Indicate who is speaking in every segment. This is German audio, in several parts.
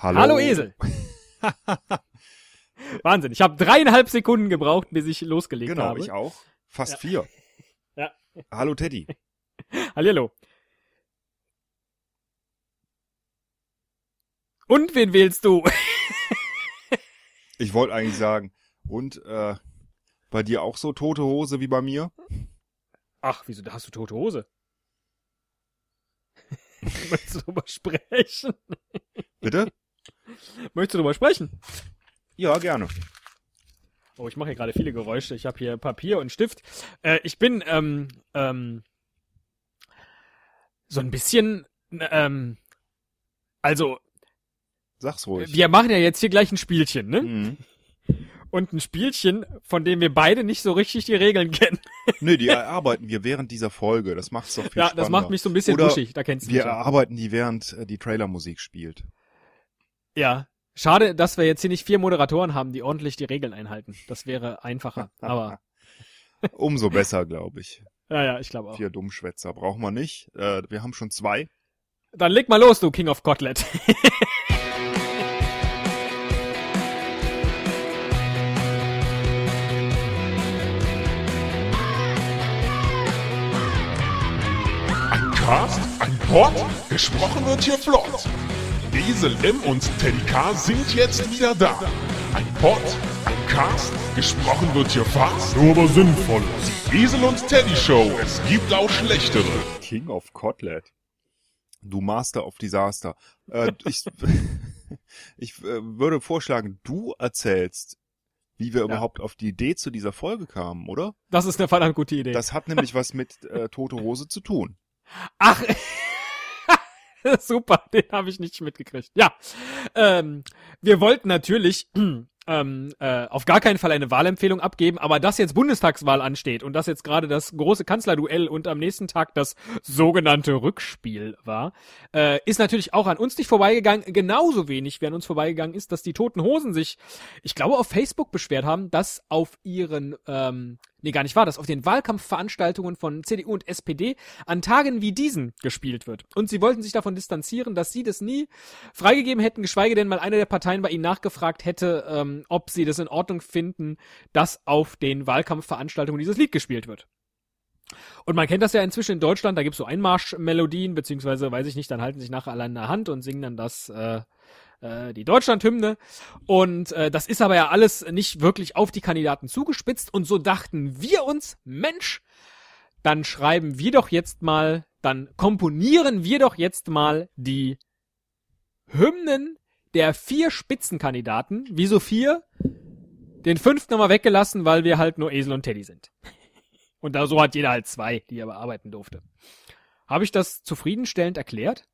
Speaker 1: Hallo,
Speaker 2: Hallo Esel. Wahnsinn. Ich habe dreieinhalb Sekunden gebraucht, bis ich losgelegt
Speaker 1: Genau,
Speaker 2: habe.
Speaker 1: ich auch. Fast
Speaker 2: Ja.
Speaker 1: vier.
Speaker 2: Ja.
Speaker 1: Hallo Teddy.
Speaker 2: Hallihallo. Und wen wählst du?
Speaker 1: Ich wollte eigentlich sagen, und äh, bei dir auch so tote Hose wie bei mir?
Speaker 2: Ach, wieso, da hast du tote Hose? Möchtest du drüber sprechen?
Speaker 1: Bitte?
Speaker 2: Möchtest du drüber sprechen?
Speaker 1: ja, gerne.
Speaker 2: Oh, ich mache hier gerade viele Geräusche. Ich habe hier Papier und Stift. Äh, ich bin ähm, ähm, so ein bisschen, ähm, also
Speaker 1: Sag's ruhig.
Speaker 2: wir machen ja jetzt hier gleich ein Spielchen, ne?
Speaker 1: Mhm.
Speaker 2: Und ein Spielchen, von dem wir beide nicht so richtig die Regeln kennen.
Speaker 1: Nee, die erarbeiten wir während dieser Folge. Das macht's doch viel
Speaker 2: ja,
Speaker 1: spannender.
Speaker 2: das macht mich so ein bisschen
Speaker 1: Oder
Speaker 2: wuschig. Da kennst du
Speaker 1: Wir
Speaker 2: mich. Ja.
Speaker 1: erarbeiten die, während äh, die Trailermusik spielt.
Speaker 2: ja. Schade, dass wir jetzt hier nicht vier Moderatoren haben, die ordentlich die Regeln einhalten. Das wäre einfacher. Aber
Speaker 1: Umso besser, glaube ich.
Speaker 2: ja, ja, ich glaube auch.
Speaker 1: Vier Dummschwätzer brauchen wir nicht. Äh, wir haben schon zwei.
Speaker 2: Dann leg mal los, du King of Kotlet.
Speaker 3: Ein Cast, ein Pod, gesprochen wird hier flott. Esel M und Teddy K sind jetzt wieder da. Ein Pod, ein Cast, gesprochen wird hier fast, nur aber sinnvoll. Die Esel und Teddy Show, es gibt auch schlechtere.
Speaker 1: King of Kotlet. Du Master of Disaster. Äh, ich ich äh, würde vorschlagen, du erzählst, wie wir überhaupt auf die Idee zu dieser Folge kamen, oder?
Speaker 2: Das ist eine verdammt gute Idee.
Speaker 1: Das hat nämlich was mit äh, Tote Hose zu tun.
Speaker 2: Ach, super, den habe ich nicht mitgekriegt. Ja, ähm, wir wollten natürlich ähm, äh, auf gar keinen Fall eine Wahlempfehlung abgeben, aber dass jetzt Bundestagswahl ansteht und dass jetzt gerade das große Kanzlerduell und am nächsten Tag das sogenannte Rückspiel war, äh, ist natürlich auch an uns nicht vorbeigegangen. Genauso wenig wie an uns vorbeigegangen ist, dass die Toten Hosen sich, ich glaube, auf Facebook beschwert haben, dass auf ihren, ähm, nee, gar nicht wahr, dass auf den Wahlkampfveranstaltungen von CDU und SPD an Tagen wie diesen gespielt wird. Und sie wollten sich davon distanzieren, dass sie das nie freigegeben hätten, geschweige denn mal eine der Parteien bei ihnen nachgefragt hätte, ähm, ob sie das in Ordnung finden, dass auf den Wahlkampfveranstaltungen dieses Lied gespielt wird. Und man kennt das ja inzwischen in Deutschland, da gibt's so Einmarschmelodien, beziehungsweise, weiß ich nicht, dann halten sich nachher alle in der Hand und singen dann das, äh, äh, die Deutschlandhymne. Und äh, das ist aber ja alles nicht wirklich auf die Kandidaten zugespitzt. Und so dachten wir uns, Mensch, dann schreiben wir doch jetzt mal, dann komponieren wir doch jetzt mal die Hymnen der vier Spitzenkandidaten. Wieso vier? Den fünften haben wir weggelassen, weil wir halt nur Esel und Teddy sind. Und da so hat jeder halt zwei, die er bearbeiten durfte. Habe ich das zufriedenstellend erklärt?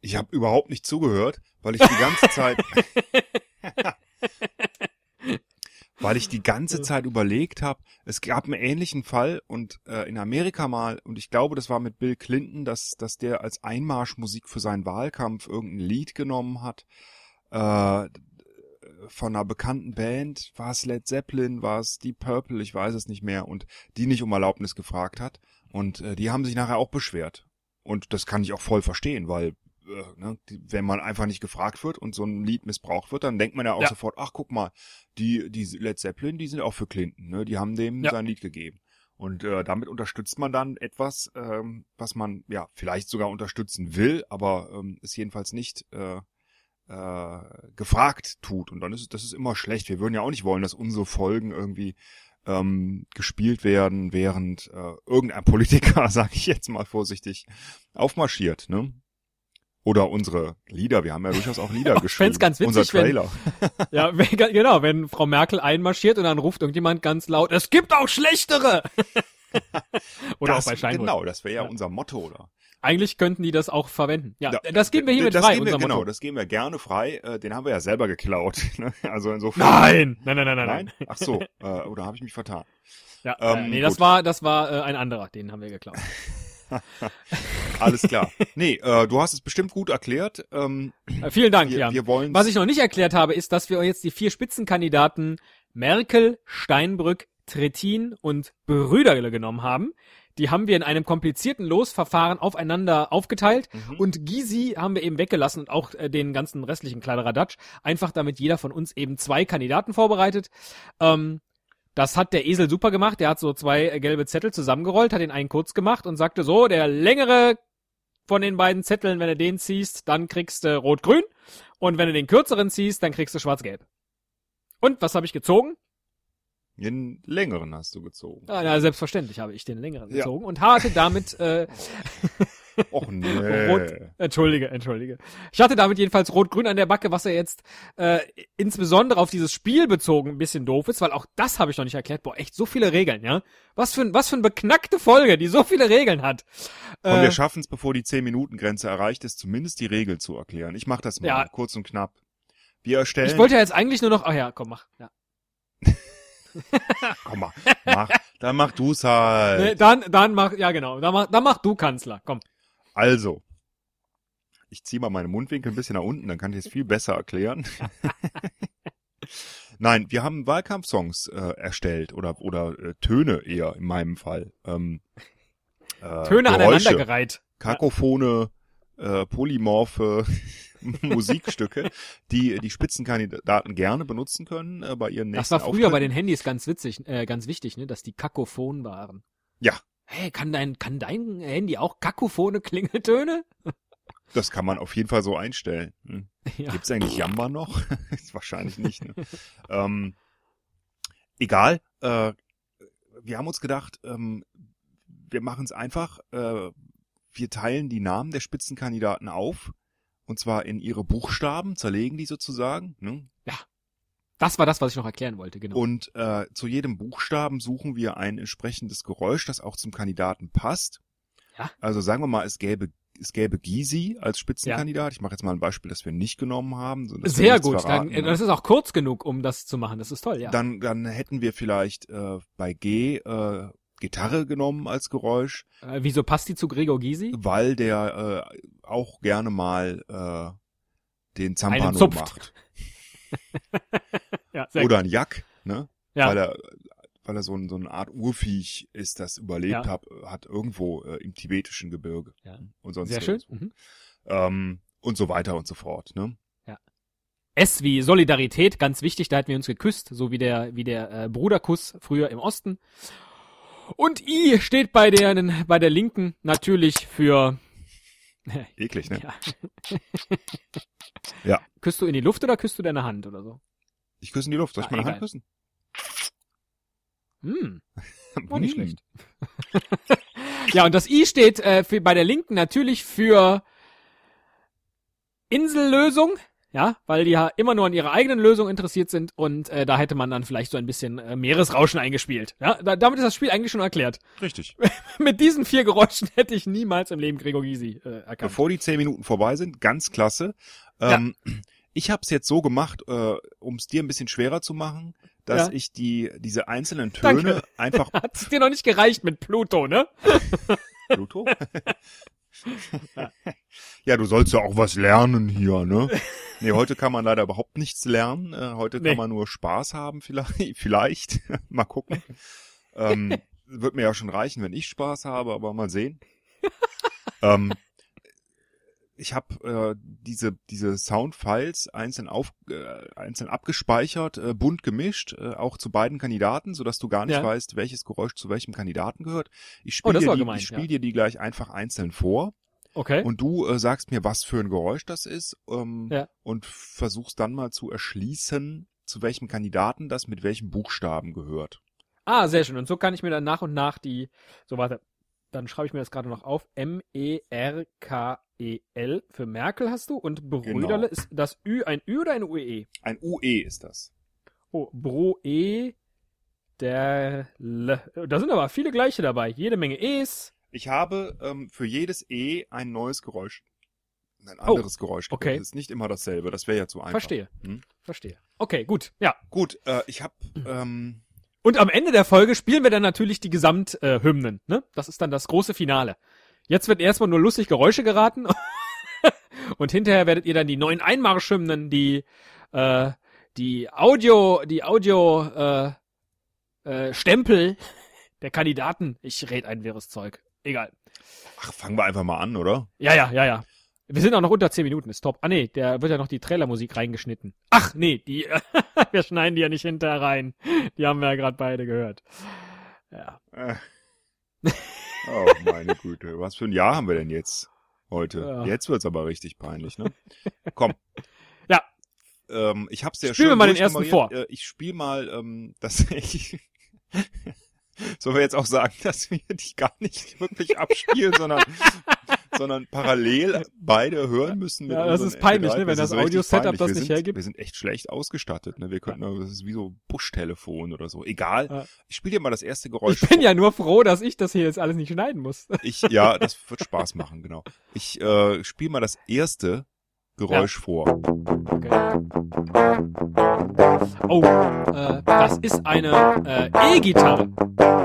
Speaker 1: Ich habe überhaupt nicht zugehört, weil ich die ganze Zeit, weil ich die ganze Zeit überlegt habe. Es gab einen ähnlichen Fall und äh, in Amerika mal und ich glaube, das war mit Bill Clinton, dass dass der als Einmarschmusik für seinen Wahlkampf irgendein Lied genommen hat äh, von einer bekannten Band. War es Led Zeppelin, war es Deep Purple, ich weiß es nicht mehr und die nicht um Erlaubnis gefragt hat und äh, die haben sich nachher auch beschwert. Und das kann ich auch voll verstehen, weil äh, ne, die, wenn man einfach nicht gefragt wird und so ein Lied missbraucht wird, dann denkt man ja auch
Speaker 2: Ja.
Speaker 1: sofort, ach guck mal, die, die Led Zeppelin, die sind auch für Clinton, ne? die haben dem
Speaker 2: Ja.
Speaker 1: sein Lied gegeben. Und äh, damit unterstützt man dann etwas, ähm, was man ja vielleicht sogar unterstützen will, aber ähm, ist jedenfalls nicht äh, äh, gefragt tut. Und dann ist es- das ist immer schlecht. Wir würden ja auch nicht wollen, dass unsere Folgen irgendwie ähm, gespielt werden, während äh, irgendein Politiker, sage ich jetzt mal vorsichtig, aufmarschiert. Ne? Oder unsere Lieder. Wir haben ja durchaus auch Lieder
Speaker 2: Ich
Speaker 1: geschrieben.
Speaker 2: fänd's ganz witzig,
Speaker 1: Unser
Speaker 2: wenn-
Speaker 1: Trailer.
Speaker 2: Ja, wenn, genau, wenn Frau Merkel einmarschiert und dann ruft irgendjemand ganz laut, es gibt auch schlechtere! Oder
Speaker 1: das,
Speaker 2: auch bei Steinbrück.
Speaker 1: Genau, das wäre ja,
Speaker 2: Ja.
Speaker 1: unser Motto, oder?
Speaker 2: Eigentlich könnten die das auch verwenden. Ja,
Speaker 1: Ja,
Speaker 2: das geben wir hiermit
Speaker 1: das
Speaker 2: frei,
Speaker 1: geben wir,
Speaker 2: unser
Speaker 1: genau,
Speaker 2: Motto.
Speaker 1: das geben wir gerne frei. Äh, den haben wir ja selber geklaut. ne? also insofern.
Speaker 2: Nein! Nein, nein, nein, nein, nein.
Speaker 1: Nein? Ach so, äh, oder habe ich mich vertan?
Speaker 2: Ja,
Speaker 1: Ähm,
Speaker 2: äh, nee, das
Speaker 1: gut.
Speaker 2: war, das war äh, ein anderer, den haben wir geklaut.
Speaker 1: Alles klar. Nee, äh, du hast es bestimmt gut erklärt. Ähm,
Speaker 2: Äh, vielen Dank,
Speaker 1: wir,
Speaker 2: Jan.
Speaker 1: wir wollen
Speaker 2: Was ich noch nicht erklärt habe, ist, dass wir jetzt die vier Spitzenkandidaten Merkel, Steinbrück, Trittin und Brüderle genommen haben, Die haben wir in einem komplizierten Losverfahren aufeinander aufgeteilt und Gysi haben wir eben weggelassen und auch äh, den ganzen restlichen Kladderadatsch, einfach damit jeder von uns eben zwei Kandidaten vorbereitet. Ähm, das hat der Esel super gemacht. Der hat so zwei äh, gelbe Zettel zusammengerollt, hat den einen kurz gemacht und sagte so, der längere von den beiden Zetteln, wenn du den ziehst, dann kriegst du rot-grün. Und wenn du den kürzeren ziehst, dann kriegst du schwarz-gelb. Und was habe ich gezogen?
Speaker 1: Den längeren hast du gezogen.
Speaker 2: Ah, na, selbstverständlich habe ich den längeren gezogen und hatte damit, äh,
Speaker 1: Och nee.
Speaker 2: Rot. entschuldige, entschuldige. Ich hatte damit jedenfalls rot-grün an der Backe, was er jetzt äh, insbesondere auf dieses Spiel bezogen ein bisschen doof ist, weil auch das habe ich noch nicht erklärt. Boah, echt so viele Regeln, ja? Was für, ein, was für eine beknackte Folge, die so viele Regeln hat.
Speaker 1: Komm,
Speaker 2: Äh,
Speaker 1: wir schaffen es, bevor die 10-Minuten-Grenze erreicht ist, zumindest die Regel zu erklären. Ich mache das mal
Speaker 2: Ja.
Speaker 1: kurz und knapp. Wir erstellen.
Speaker 2: ich wollte ja jetzt eigentlich nur noch, ach ja, komm, mach. Ja.
Speaker 1: Komm mal, mach, dann mach du's halt.
Speaker 2: Nee, dann, dann mach, ja genau, dann mach, dann mach du Kanzler, komm.
Speaker 1: Also, ich ziehe mal meine Mundwinkel ein bisschen nach unten, dann kann ich es viel besser erklären. Nein, wir haben Wahlkampfsongs äh, erstellt oder oder äh, Töne eher in meinem Fall. Ähm, äh,
Speaker 2: Töne
Speaker 1: Geräusche,
Speaker 2: aneinandergereiht.
Speaker 1: Kakophone, äh, polymorphe Musikstücke, die die Spitzenkandidaten gerne benutzen können äh, bei ihren nächsten
Speaker 2: Das war früher bei
Speaker 1: Auftritten.
Speaker 2: den Handys ganz witzig, äh, ganz wichtig, ne, dass die kakophon waren.
Speaker 1: Ja.
Speaker 2: Hey, kann dein, kann dein Handy auch kakophone Klingeltöne?
Speaker 1: Das kann man auf jeden Fall so einstellen. Hm.
Speaker 2: Ja.
Speaker 1: Gibt's eigentlich Jamba noch? Ist Wahrscheinlich nicht. Ne? ähm, egal. Äh, wir haben uns gedacht, ähm, wir machen es einfach. Äh, wir teilen die Namen der Spitzenkandidaten auf. Und zwar in ihre Buchstaben, zerlegen die sozusagen. Ne?
Speaker 2: Das war das, was ich noch erklären wollte, genau.
Speaker 1: Und äh, zu jedem Buchstaben suchen wir ein entsprechendes Geräusch, das auch zum Kandidaten passt.
Speaker 2: Ja.
Speaker 1: Also sagen wir mal, es gäbe es gäbe Gysi als Spitzenkandidat. Ich mache jetzt mal ein Beispiel, das wir nicht genommen haben. so dass wir
Speaker 2: Sehr
Speaker 1: nichts
Speaker 2: gut.
Speaker 1: verraten,
Speaker 2: Dann, äh,
Speaker 1: ne?
Speaker 2: das ist auch kurz genug, um das zu machen. Das ist toll, ja.
Speaker 1: Dann, dann hätten wir vielleicht äh, bei G äh, Gitarre genommen als Geräusch,
Speaker 2: äh, wieso passt die zu Gregor Gysi?
Speaker 1: weil der äh, auch gerne mal äh, den
Speaker 2: Einen
Speaker 1: Zampano
Speaker 2: zupft.
Speaker 1: macht.
Speaker 2: Ja, sehr
Speaker 1: Oder ein Jack, ne?
Speaker 2: Ja.
Speaker 1: Weil er weil er so, ein, so eine Art Urviech ist, das überlebt
Speaker 2: Ja.
Speaker 1: hat, hat irgendwo äh, im tibetischen Gebirge.
Speaker 2: Ja.
Speaker 1: Und
Speaker 2: gut.
Speaker 1: sonst
Speaker 2: Sehr schön.
Speaker 1: nirgendwo.
Speaker 2: Mhm.
Speaker 1: Ähm, und so weiter und so fort. Ne?
Speaker 2: S wie Solidarität, ganz wichtig, da hätten wir uns geküsst, so wie der, wie der äh, Bruderkuss früher im Osten. Und I steht bei der, bei der Linken natürlich für.
Speaker 1: Eklig, ne?
Speaker 2: Ja.
Speaker 1: Ja.
Speaker 2: Küsst du in die Luft oder küsst du deine Hand oder so?
Speaker 1: Ich küsse in die Luft. Soll ich
Speaker 2: Ah,
Speaker 1: meine
Speaker 2: egal.
Speaker 1: Hand küssen?
Speaker 2: Hm. Oh, nicht
Speaker 1: Hm.
Speaker 2: schlecht. Ja, und das I steht äh, für, bei der Linken natürlich für Insellösung, ja, weil die ja immer nur an ihrer eigenen Lösung interessiert sind und äh, da hätte man dann vielleicht so ein bisschen äh, Meeresrauschen eingespielt. Ja, da, damit ist das Spiel eigentlich schon erklärt.
Speaker 1: Richtig.
Speaker 2: Mit diesen vier Geräuschen hätte ich niemals im Leben Gregor Gysi äh, erkannt.
Speaker 1: Bevor die zehn Minuten vorbei sind, ganz klasse. Ähm, Ich habe es jetzt so gemacht, äh, um es dir ein bisschen schwerer zu machen, dass
Speaker 2: Ja.
Speaker 1: ich die diese einzelnen Töne
Speaker 2: Danke.
Speaker 1: einfach
Speaker 2: Hat es dir noch nicht gereicht mit Pluto, ne?
Speaker 1: Pluto. ja, du sollst ja auch was lernen hier, ne? Nee, heute kann man leider überhaupt nichts lernen. Äh, heute
Speaker 2: Nee.
Speaker 1: kann man nur Spaß haben, vielleicht. vielleicht. mal gucken. Ähm, wird mir ja schon reichen, wenn ich Spaß habe, aber mal sehen. ähm, ich habe äh, diese diese Soundfiles einzeln auf äh, einzeln abgespeichert, äh, bunt gemischt, äh, auch zu beiden Kandidaten, so dass du gar nicht
Speaker 2: Ja.
Speaker 1: weißt, welches Geräusch zu welchem Kandidaten gehört. Ich
Speaker 2: Oh,
Speaker 1: spiele
Speaker 2: das
Speaker 1: dir,
Speaker 2: war
Speaker 1: die-
Speaker 2: gemeint,
Speaker 1: ich spiel
Speaker 2: ja.
Speaker 1: dir die gleich einfach einzeln vor
Speaker 2: Okay.
Speaker 1: und du äh, sagst mir, was für ein Geräusch das ist ähm,
Speaker 2: Ja.
Speaker 1: und versuchst dann mal zu erschließen, zu welchem Kandidaten das mit welchen Buchstaben gehört.
Speaker 2: Ah, sehr schön. Und so kann ich mir dann nach und nach die, so warte, dann schreibe ich mir das gerade noch auf. E M-E-R-K-E-L E für Merkel hast du und
Speaker 1: Genau.
Speaker 2: Brüderle ist das Ü ein Ü oder ein UE?
Speaker 1: Ein UE ist das.
Speaker 2: Oh, Bro-E, der Le. Da sind aber viele gleiche dabei. Jede Menge E's.
Speaker 1: Ich habe ähm, für jedes E ein neues Geräusch. Ein anderes Geräusch. gewählt.
Speaker 2: Oh, okay.
Speaker 1: Das ist nicht immer dasselbe. Das wäre ja zu einfach.
Speaker 2: Verstehe.
Speaker 1: Hm.
Speaker 2: Verstehe. Okay, gut. Ja.
Speaker 1: Gut, äh, ich habe
Speaker 2: Hm.
Speaker 1: ähm,
Speaker 2: Und am Ende der Folge spielen wir dann natürlich die Gesamthymnen. Äh, Hymnen, ne? Das ist dann das große Finale. Jetzt wird erstmal nur lustig Geräusche geraten und hinterher werdet ihr dann die neuen Einmarschhymnen, die äh, die Audio, die Audio äh, äh, Stempel der Kandidaten. Ich red ein wirres Zeug. Egal.
Speaker 1: Ach, fangen wir einfach mal an, oder?
Speaker 2: Ja, ja, ja, ja. Wir sind auch noch unter 10 Minuten, ist top. Ah nee, der wird ja noch die Trailermusik reingeschnitten. Ach nee, die wir schneiden die ja nicht hinterher rein. Die haben wir ja gerade beide gehört. Ja.
Speaker 1: Äh. Oh, meine Güte. Was für ein Jahr haben wir denn jetzt heute?
Speaker 2: Ja.
Speaker 1: Jetzt wird's aber richtig peinlich, ne? Komm.
Speaker 2: Ja.
Speaker 1: Ähm, ich hab's ja
Speaker 2: Spielen wir
Speaker 1: schön
Speaker 2: mal den ersten
Speaker 1: durchnummeriert. Äh, ich spiel mal, ähm, dass ich... Sollen wir jetzt auch sagen, dass wir die gar nicht wirklich abspielen, sondern, sondern parallel beide hören müssen mit
Speaker 2: Ja, das
Speaker 1: unseren
Speaker 2: ist peinlich,
Speaker 1: MP3.
Speaker 2: ne, wenn das
Speaker 1: ist richtig
Speaker 2: Audio-Setup
Speaker 1: peinlich.
Speaker 2: das
Speaker 1: wir
Speaker 2: nicht
Speaker 1: sind,
Speaker 2: hergibt.
Speaker 1: Wir sind echt schlecht ausgestattet, ne? Wir könnten, das ist wie so Buschtelefon oder so. Egal.
Speaker 2: Ja.
Speaker 1: Ich spiele dir mal das erste Geräusch.
Speaker 2: Ich bin ja nur froh, dass ich das hier jetzt alles nicht schneiden muss.
Speaker 1: Ich, ja, das wird Spaß machen, genau. Ich äh, spiele mal das erste Geräusch vor.
Speaker 2: Oh, äh, das ist eine äh, E-Gitarre.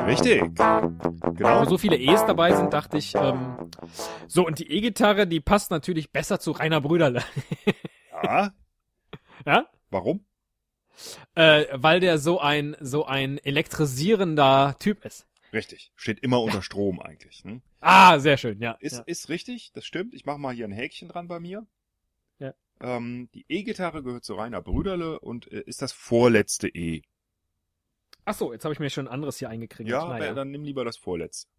Speaker 1: Richtig.
Speaker 2: Wo
Speaker 1: Genau.
Speaker 2: so viele E's dabei sind, dachte ich, ähm, so, und die E-Gitarre, die passt natürlich besser zu Rainer Brüderle.
Speaker 1: Ja.
Speaker 2: Ja?
Speaker 1: Warum?
Speaker 2: Äh, weil der so ein, so ein elektrisierender Typ ist.
Speaker 1: Richtig. Steht immer unter Strom eigentlich. Ne?
Speaker 2: Ah, sehr schön, ja.
Speaker 1: Ist,
Speaker 2: ja.
Speaker 1: ist richtig, das stimmt. Ich mache mal hier ein Häkchen dran bei mir.
Speaker 2: Ja.
Speaker 1: Ähm, die E-Gitarre gehört zu Rainer Brüderle und äh, ist das vorletzte E.
Speaker 2: Ach so, jetzt habe ich mir schon ein anderes hier eingekriegt.
Speaker 1: Ja,
Speaker 2: Naja.
Speaker 1: wer- dann nimm lieber das vorletzte.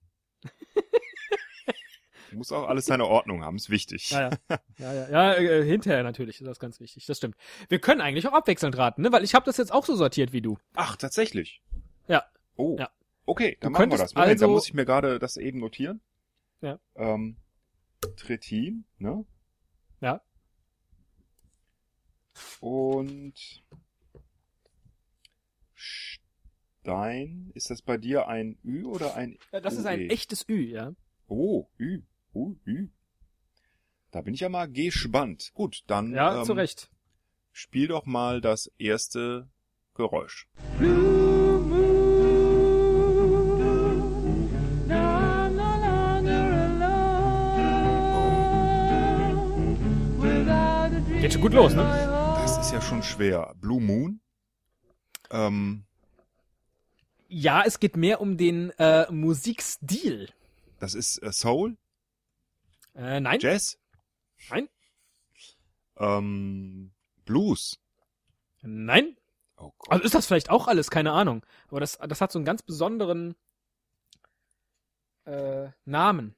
Speaker 1: Muss auch alles seine Ordnung haben, ist wichtig.
Speaker 2: Ja, ja. ja, ja, ja äh, hinterher natürlich, das ist ganz wichtig, das stimmt. Wir können eigentlich auch abwechselnd raten, ne? weil ich habe das jetzt auch so sortiert wie du.
Speaker 1: Ach, tatsächlich.
Speaker 2: Ja.
Speaker 1: Oh.
Speaker 2: Ja.
Speaker 1: Okay, dann
Speaker 2: Du
Speaker 1: machen wir
Speaker 2: könntest
Speaker 1: das. Moment, da
Speaker 2: also-
Speaker 1: muss ich mir gerade das eben notieren.
Speaker 2: Ja.
Speaker 1: Ähm, Tretin, ne?
Speaker 2: Ja.
Speaker 1: Und Stein. Ist das bei dir ein Ü oder ein
Speaker 2: Ja, das ist ein
Speaker 1: Okay.
Speaker 2: echtes Ü, ja.
Speaker 1: Oh, Ü. Oh, Ü. Da bin ich ja mal gespannt. Gut, dann
Speaker 2: Ja,
Speaker 1: ähm,
Speaker 2: zu Recht.
Speaker 1: spiel doch mal das erste Geräusch.
Speaker 2: Geht schon gut los, ne?
Speaker 1: Das ist ja schon schwer. Blue Moon. Ähm,
Speaker 2: Ja, es geht mehr um den äh, Musikstil.
Speaker 1: das ist äh, Soul,
Speaker 2: Äh, nein,
Speaker 1: Jazz.
Speaker 2: Nein.
Speaker 1: Ähm, Blues.
Speaker 2: nein.
Speaker 1: Oh Gott.
Speaker 2: Also ist das vielleicht auch alles, keine Ahnung. Aber das, das hat so einen ganz besonderen äh, Namen.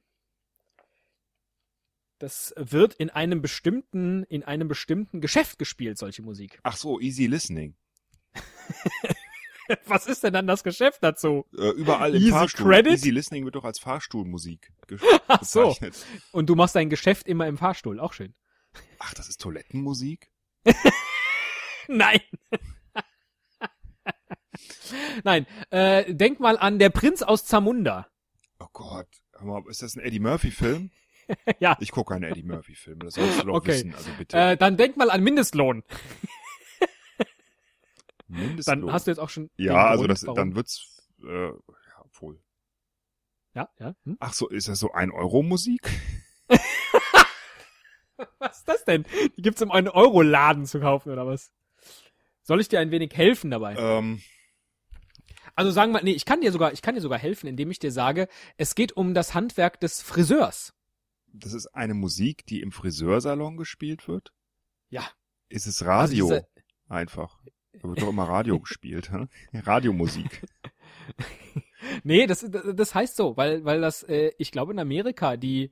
Speaker 2: Das wird in einem bestimmten, in einem bestimmten Geschäft gespielt, solche Musik.
Speaker 1: Ach so, Easy Listening.
Speaker 2: Was ist denn dann das Geschäft dazu?
Speaker 1: Äh, überall im
Speaker 2: Easy
Speaker 1: Fahrstuhl.
Speaker 2: Credit?
Speaker 1: Easy Listening wird doch als Fahrstuhlmusik ge-
Speaker 2: Ach so.
Speaker 1: bezeichnet.
Speaker 2: Und du machst dein Geschäft immer im Fahrstuhl, auch schön.
Speaker 1: Ach, das ist Toilettenmusik?
Speaker 2: Nein. Nein, äh, denk mal an der Prinz aus Zamunda.
Speaker 1: Oh Gott. Hör mal, ist das ein Eddie Murphy-Film?
Speaker 2: Ja.
Speaker 1: Ich gucke keine Eddie Murphy-Filme, das sollst du doch
Speaker 2: Okay.
Speaker 1: wissen. Also bitte.
Speaker 2: Äh, dann denk mal an Mindestlohn.
Speaker 1: Mindestlohn.
Speaker 2: Dann hast du jetzt auch schon. den
Speaker 1: ja, also
Speaker 2: Grund,
Speaker 1: das,
Speaker 2: warum-
Speaker 1: dann wird's, äh, ja, wohl.
Speaker 2: Ja, ja. Hm?
Speaker 1: Ach so, ist das so 1-Euro-Musik?
Speaker 2: Was ist das denn? Die gibt's im 1-Euro-Laden zu kaufen, oder was? Soll ich dir ein wenig helfen dabei?
Speaker 1: Ähm,
Speaker 2: Also sagen wir, nee, ich kann dir sogar, ich kann dir sogar helfen, indem ich dir sage, es geht um das Handwerk des Friseurs.
Speaker 1: das ist eine Musik, die im Friseursalon gespielt wird?
Speaker 2: Ja.
Speaker 1: Ist es Radio?
Speaker 2: Also
Speaker 1: Einfach. Da wird doch immer Radio gespielt, hä? Radiomusik.
Speaker 2: Nee, das, das heißt so, weil, weil das, äh, ich glaube, in Amerika die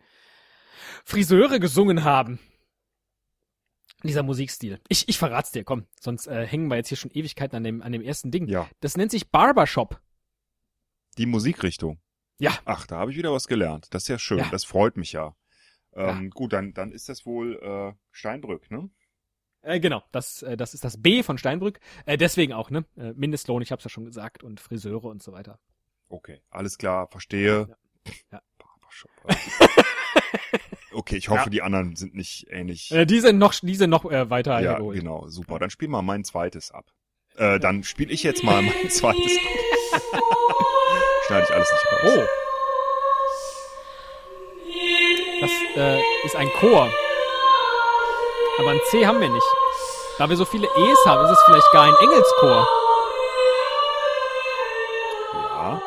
Speaker 2: Friseure gesungen haben. Dieser Musikstil. Ich, ich verrat's dir, komm. Sonst äh, hängen wir jetzt hier schon Ewigkeiten an dem, an dem ersten Ding.
Speaker 1: Ja.
Speaker 2: Das nennt sich Barbershop.
Speaker 1: Die Musikrichtung.
Speaker 2: Ja.
Speaker 1: Ach, da habe ich wieder was gelernt. Das ist ja schön.
Speaker 2: Ja.
Speaker 1: Das freut mich ja. Ähm, Gut, dann, dann ist das wohl äh, Steinbrück, ne?
Speaker 2: Äh, genau, das, äh, das ist das B von Steinbrück. Äh, deswegen auch, ne? Äh, Mindestlohn, ich hab's ja schon gesagt, und Friseure und so weiter.
Speaker 1: Okay, alles klar, verstehe.
Speaker 2: Ja.
Speaker 1: Barbershop. okay, ich hoffe, die anderen sind nicht ähnlich.
Speaker 2: Äh, die sind noch, die sind noch äh, weiter
Speaker 1: ja,
Speaker 2: hergeholt.
Speaker 1: genau, super. Dann spiel mal mein zweites ab. Äh, Dann spiele ich jetzt mal mein zweites ab. Schneide ich alles nicht raus.
Speaker 2: Oh. Das äh, ist ein Chor. Aber ein C haben wir nicht. Da wir so viele E's haben, ist es vielleicht gar ein Engelschor.
Speaker 1: Ja.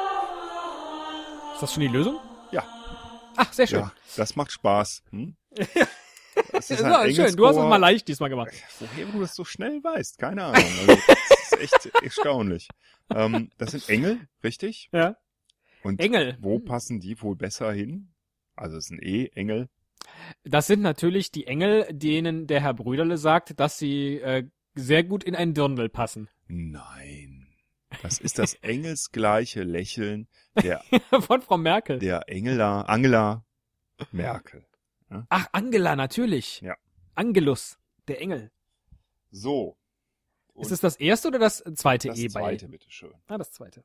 Speaker 2: Ist das schon die Lösung?
Speaker 1: Ja.
Speaker 2: Ach, sehr schön.
Speaker 1: Ja, das macht Spaß. Hm? Das
Speaker 2: Ja, schön. Du hast es
Speaker 1: Chor.
Speaker 2: mal leicht diesmal gemacht.
Speaker 1: Woher du das so schnell weißt, keine Ahnung. Also, das ist echt erstaunlich. Ähm, das sind Engel, richtig?
Speaker 2: Ja.
Speaker 1: Und
Speaker 2: Engel.
Speaker 1: wo passen die wohl besser hin? Also es sind eh Engel.
Speaker 2: Das sind natürlich die Engel, denen der Herr Brüderle sagt, dass sie äh, sehr gut in ein Dirndl passen.
Speaker 1: Nein. Das ist das engelsgleiche Lächeln der,
Speaker 2: Von Frau Merkel.
Speaker 1: der Engela, Angela Merkel.
Speaker 2: Ach, Angela, natürlich.
Speaker 1: Ja.
Speaker 2: Angelus, der Engel.
Speaker 1: So. Und
Speaker 2: Ist es das erste oder das zweite
Speaker 1: das
Speaker 2: E bei?
Speaker 1: zweite, bitteschön.
Speaker 2: Ah, das zweite.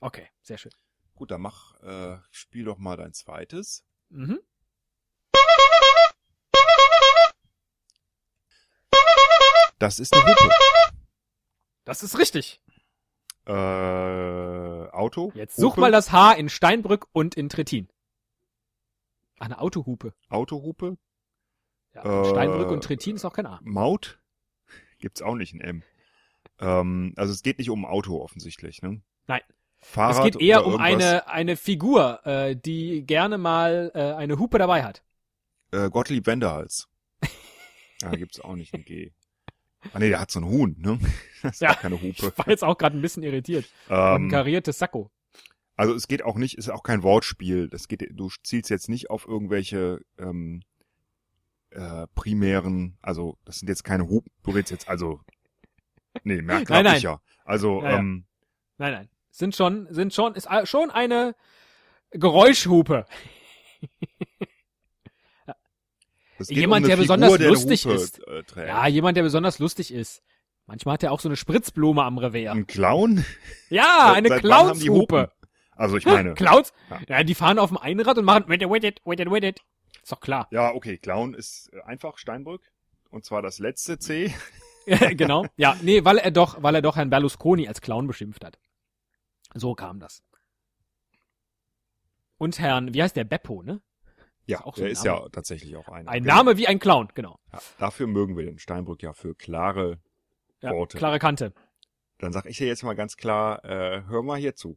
Speaker 2: Okay, sehr schön.
Speaker 1: Gut, dann mach, äh, spiel doch mal dein zweites.
Speaker 2: Mhm.
Speaker 1: Das ist eine Hupe.
Speaker 2: Das ist richtig.
Speaker 1: Äh, Auto.
Speaker 2: Jetzt such
Speaker 1: Hupe.
Speaker 2: mal das H in Steinbrück und in Trittin. Ach, eine Autohupe.
Speaker 1: Autohupe.
Speaker 2: Ja,
Speaker 1: Äh,
Speaker 2: Steinbrück und Trittin ist auch kein A.
Speaker 1: Maut gibt's auch nicht in M. Ähm, also es geht nicht um ein Auto offensichtlich, ne?
Speaker 2: Nein. Es
Speaker 1: Fahrrad
Speaker 2: geht eher
Speaker 1: oder
Speaker 2: um
Speaker 1: irgendwas.
Speaker 2: eine, eine Figur, äh, die gerne mal äh, eine Hupe dabei hat.
Speaker 1: Äh, Gottlieb Wenderhals. Da gibt's auch nicht ein G. Ah nee, der hat so einen Huhn, ne? Das ist
Speaker 2: Ja.
Speaker 1: ja. keine Hupe.
Speaker 2: War jetzt auch gerade ein bisschen irritiert. Ein
Speaker 1: Ähm,
Speaker 2: kariertes Sakko.
Speaker 1: also es geht auch nicht, ist auch kein Wortspiel. Das geht, du zielst jetzt nicht auf irgendwelche ähm, äh, primären, also das sind jetzt keine Hupen, du redest jetzt also. Nee, merk
Speaker 2: Nein,
Speaker 1: hab
Speaker 2: nein.
Speaker 1: ich ja. Also,
Speaker 2: Ja, ja.
Speaker 1: ähm,
Speaker 2: Nein, nein. Sind schon, sind schon, ist a- schon eine Geräuschhupe.
Speaker 1: es geht um eine
Speaker 2: Jemand, der
Speaker 1: Figur,
Speaker 2: besonders
Speaker 1: der eine
Speaker 2: lustig
Speaker 1: Hupe,
Speaker 2: ist.
Speaker 1: Äh, trägt.
Speaker 2: Ja, jemand, der besonders lustig ist. Manchmal hat er auch so eine Spritzblume am Revier.
Speaker 1: Ein Clown?
Speaker 2: Ja,
Speaker 1: Hm. Seit-
Speaker 2: eine
Speaker 1: seit wann haben die
Speaker 2: Clownshupe.
Speaker 1: Hupen? Also ich meine,
Speaker 2: Clowns?
Speaker 1: Ja.
Speaker 2: Ja, die fahren auf dem Einrad und machen wait it, wait it, wait it, wait it. Ist doch klar.
Speaker 1: ja, okay, Clown ist äh, einfach Steinbrück. Und zwar das letzte C.
Speaker 2: genau. Ja, nee, weil er doch, weil er doch Herrn Berlusconi als Clown beschimpft hat. So kam das. Und Herrn, wie heißt der Beppo, ne?
Speaker 1: Ja,
Speaker 2: Ist auch so
Speaker 1: der
Speaker 2: ein
Speaker 1: ist
Speaker 2: Name.
Speaker 1: ja tatsächlich auch einer.
Speaker 2: Ein
Speaker 1: Genau.
Speaker 2: Name wie ein Clown, genau.
Speaker 1: Ja, dafür mögen wir den Steinbrück ja für klare.
Speaker 2: Ja,
Speaker 1: Orte.
Speaker 2: klare Kante.
Speaker 1: Dann sag ich dir jetzt mal ganz klar, äh, hör mal hier zu.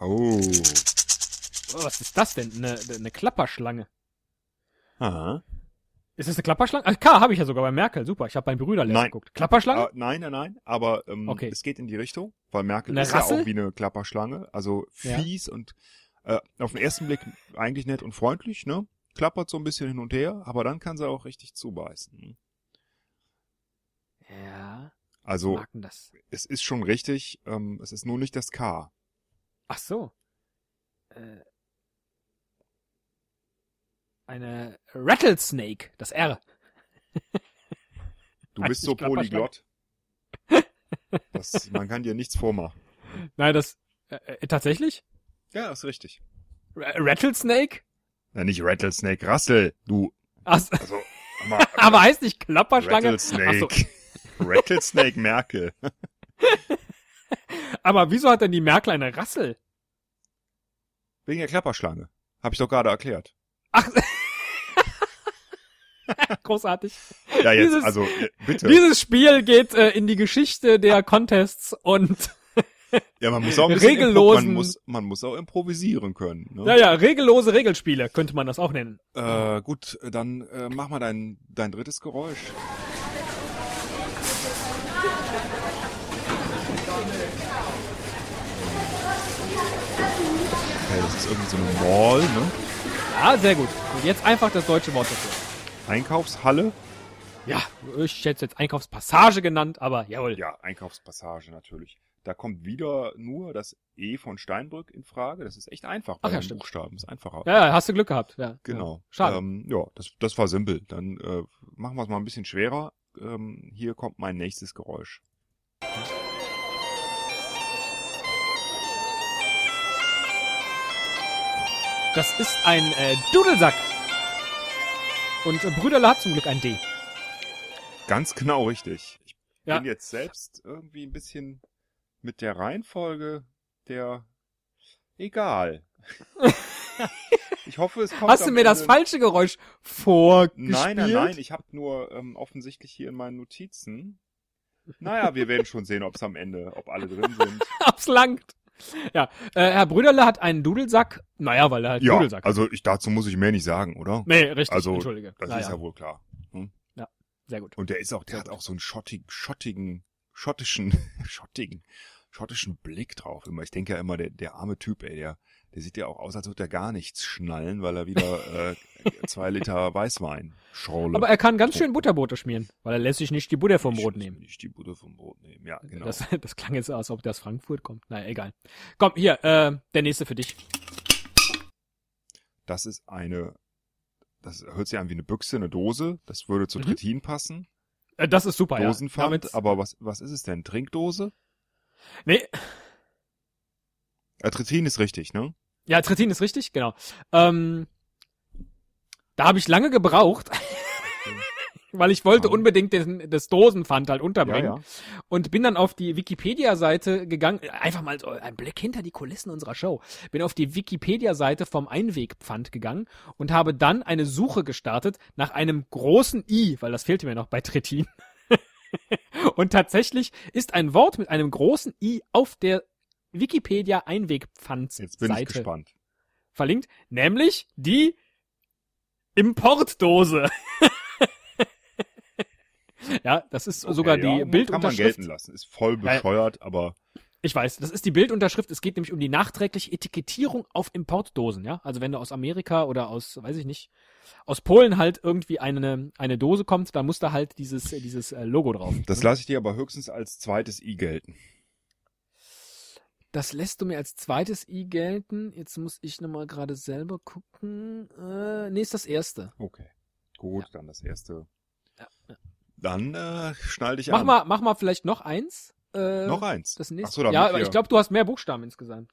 Speaker 1: Oh.
Speaker 2: Oh, was ist das denn? Eine, eine Klapperschlange.
Speaker 1: Aha.
Speaker 2: Ist das eine Klapperschlange? Ah, K habe ich ja sogar bei Merkel. Super, ich habe beim Brüderle
Speaker 1: Nein.
Speaker 2: geguckt. Klapperschlange?
Speaker 1: Ah, nein, nein, nein, aber ähm,
Speaker 2: Okay.
Speaker 1: es geht in die Richtung, weil Merkel
Speaker 2: Eine
Speaker 1: ist
Speaker 2: Rassel?
Speaker 1: ja auch wie eine Klapperschlange, also
Speaker 2: Ja.
Speaker 1: fies und äh, auf den ersten Blick eigentlich nett und freundlich, ne? Klappert so ein bisschen hin und her, aber dann kann sie auch richtig zubeißen. ne? Ah.
Speaker 2: ja,
Speaker 1: Also
Speaker 2: mag denn das?
Speaker 1: es ist schon richtig, ähm, es ist nur nicht das K.
Speaker 2: Ach so. Äh, eine Rattlesnake, das R.
Speaker 1: Du bist so
Speaker 2: Eigentlich Klapperschlange.
Speaker 1: polyglott. Das, man kann dir nichts vormachen.
Speaker 2: Nein, das äh, äh, tatsächlich?
Speaker 1: Ja, ist richtig.
Speaker 2: R Rattlesnake?
Speaker 1: Na, nicht Rattlesnake, Rassel, du.
Speaker 2: Ach, so.
Speaker 1: Also, sag mal,
Speaker 2: aber heißt nicht Klapperschlange?
Speaker 1: Rattlesnake. Rattlesnake Merkel.
Speaker 2: Aber wieso hat denn die Merkel eine Rassel?
Speaker 1: Wegen der Klapperschlange. Hab ich doch gerade erklärt.
Speaker 2: Ach, großartig.
Speaker 1: Ja, jetzt,
Speaker 2: Dieses-
Speaker 1: also äh, bitte.
Speaker 2: Dieses Spiel geht äh, in die Geschichte der Contests und
Speaker 1: ja, man muss auch ein bisschen impro-
Speaker 2: regellosen-
Speaker 1: Man muss, man muss auch improvisieren können.
Speaker 2: Ja,
Speaker 1: Ne?
Speaker 2: ja, regellose Regelspiele könnte man das auch nennen.
Speaker 1: Äh, gut, dann äh, mach mal dein, dein drittes Geräusch. Okay, das ist irgendwie so eine Mall, ne?
Speaker 2: Ja, sehr gut. Und jetzt einfach das deutsche Wort dafür.
Speaker 1: Einkaufshalle?
Speaker 2: Ja, ich hätte es jetzt Einkaufspassage genannt, aber jawohl.
Speaker 1: Ja, Einkaufspassage natürlich. Da kommt wieder nur das E von Steinbrück in Frage. Das ist echt einfach bei
Speaker 2: Ach ja,
Speaker 1: den
Speaker 2: stimmt.
Speaker 1: Buchstaben. Ist einfacher.
Speaker 2: Ja, ja hast du Glück gehabt. Ja.
Speaker 1: Genau.
Speaker 2: Schade.
Speaker 1: Ähm, ja, das, das war simpel. Dann äh, machen wir es mal ein bisschen schwerer. Ähm, hier kommt mein nächstes Geräusch.
Speaker 2: Das ist ein äh, Dudelsack. Und äh, Brüderle hat zum Glück ein D.
Speaker 1: Ganz genau richtig. Ich
Speaker 2: Ja.
Speaker 1: bin jetzt selbst irgendwie ein bisschen mit der Reihenfolge der... Egal. ich hoffe, es kommt...
Speaker 2: Hast du
Speaker 1: am
Speaker 2: mir das
Speaker 1: Ende-
Speaker 2: falsche Geräusch vorgespielt?
Speaker 1: Nein, nein, nein. Ich habe nur ähm, offensichtlich hier in meinen Notizen Naja, wir werden schon sehen, ob es am Ende, ob alle drin sind.
Speaker 2: Ob's langt. Ja, äh, Herr Brüderle hat einen Dudelsack. Naja, weil er halt
Speaker 1: ja,
Speaker 2: Dudelsack hat.
Speaker 1: also ich, dazu muss ich mehr nicht sagen, oder?
Speaker 2: Nee, richtig,
Speaker 1: also,
Speaker 2: entschuldige.
Speaker 1: Das
Speaker 2: naja,
Speaker 1: ist ja wohl klar. Hm?
Speaker 2: sehr gut.
Speaker 1: Und der ist auch, der hat auch so einen schottig, schottigen, schottischen, schottigen, schottischen Blick drauf. Immer. Ich denke ja immer, der, der arme Typ, ey, der, der sieht ja auch aus, als würde er gar nichts schnallen, weil er wieder äh, zwei Liter Weißwein schraule.
Speaker 2: Aber er kann ganz schön Butterbrote schmieren, weil er lässt sich nicht die Butter vom Brot nehmen.
Speaker 1: Nicht die Butter vom Brot nehmen, ja, genau.
Speaker 2: Das, das klang jetzt so, als ob das Frankfurt kommt. Naja, egal. Komm, hier, äh, der nächste für dich.
Speaker 1: Das ist eine, das hört sich an wie eine Büchse, eine Dose. Das würde zu
Speaker 2: Mhm.
Speaker 1: Tritin passen.
Speaker 2: Äh, das ist super, ja.
Speaker 1: Dosenpfand.
Speaker 2: Damit-
Speaker 1: aber was, was ist es denn? Trinkdose?
Speaker 2: nee,
Speaker 1: Äh, Tritin ist richtig, ne?
Speaker 2: ja, Trittin ist richtig, genau. Ähm, da habe ich lange gebraucht, weil ich wollte
Speaker 1: Ah.
Speaker 2: unbedingt den, das Dosenpfand halt
Speaker 1: Ja,
Speaker 2: unterbringen.
Speaker 1: ja.
Speaker 2: und bin dann auf die Wikipedia-Seite gegangen, einfach mal so ein Blick hinter die Kulissen unserer Show, bin auf die Wikipedia-Seite vom Einwegpfand gegangen und habe dann eine Suche gestartet nach einem großen I, weil das fehlte mir noch bei Trittin. und tatsächlich ist ein Wort mit einem großen I auf der Wikipedia
Speaker 1: Jetzt bin ich
Speaker 2: Einwegpfand-Seite
Speaker 1: gespannt.
Speaker 2: verlinkt, nämlich die Importdose. ja, das ist sogar
Speaker 1: Okay, ja,
Speaker 2: die
Speaker 1: kann man
Speaker 2: Bildunterschrift.
Speaker 1: gelten lassen. Ist voll
Speaker 2: Ja, ja.
Speaker 1: bescheuert, aber
Speaker 2: Ich weiß, das ist die Bildunterschrift. Es geht nämlich um die nachträgliche Etikettierung auf Importdosen, ja? Also wenn du aus Amerika oder aus, weiß ich nicht, aus Polen halt irgendwie eine, eine Dose kommt, dann muss da halt dieses, äh, dieses äh, Logo drauf.
Speaker 1: das lasse ich dir aber höchstens als zweites I gelten.
Speaker 2: Das lässt du mir als zweites I gelten. Jetzt muss ich nochmal gerade selber gucken. Äh, nee, ist das erste.
Speaker 1: Okay. Gut, dann das erste. Dann äh, schnall dich
Speaker 2: Mach
Speaker 1: an.
Speaker 2: mal, mach mal vielleicht noch eins. Äh,
Speaker 1: Noch eins.
Speaker 2: Das
Speaker 1: Ach
Speaker 2: nächste.
Speaker 1: so, damit
Speaker 2: ja, aber
Speaker 1: wir-
Speaker 2: ich glaube, du hast mehr Buchstaben insgesamt.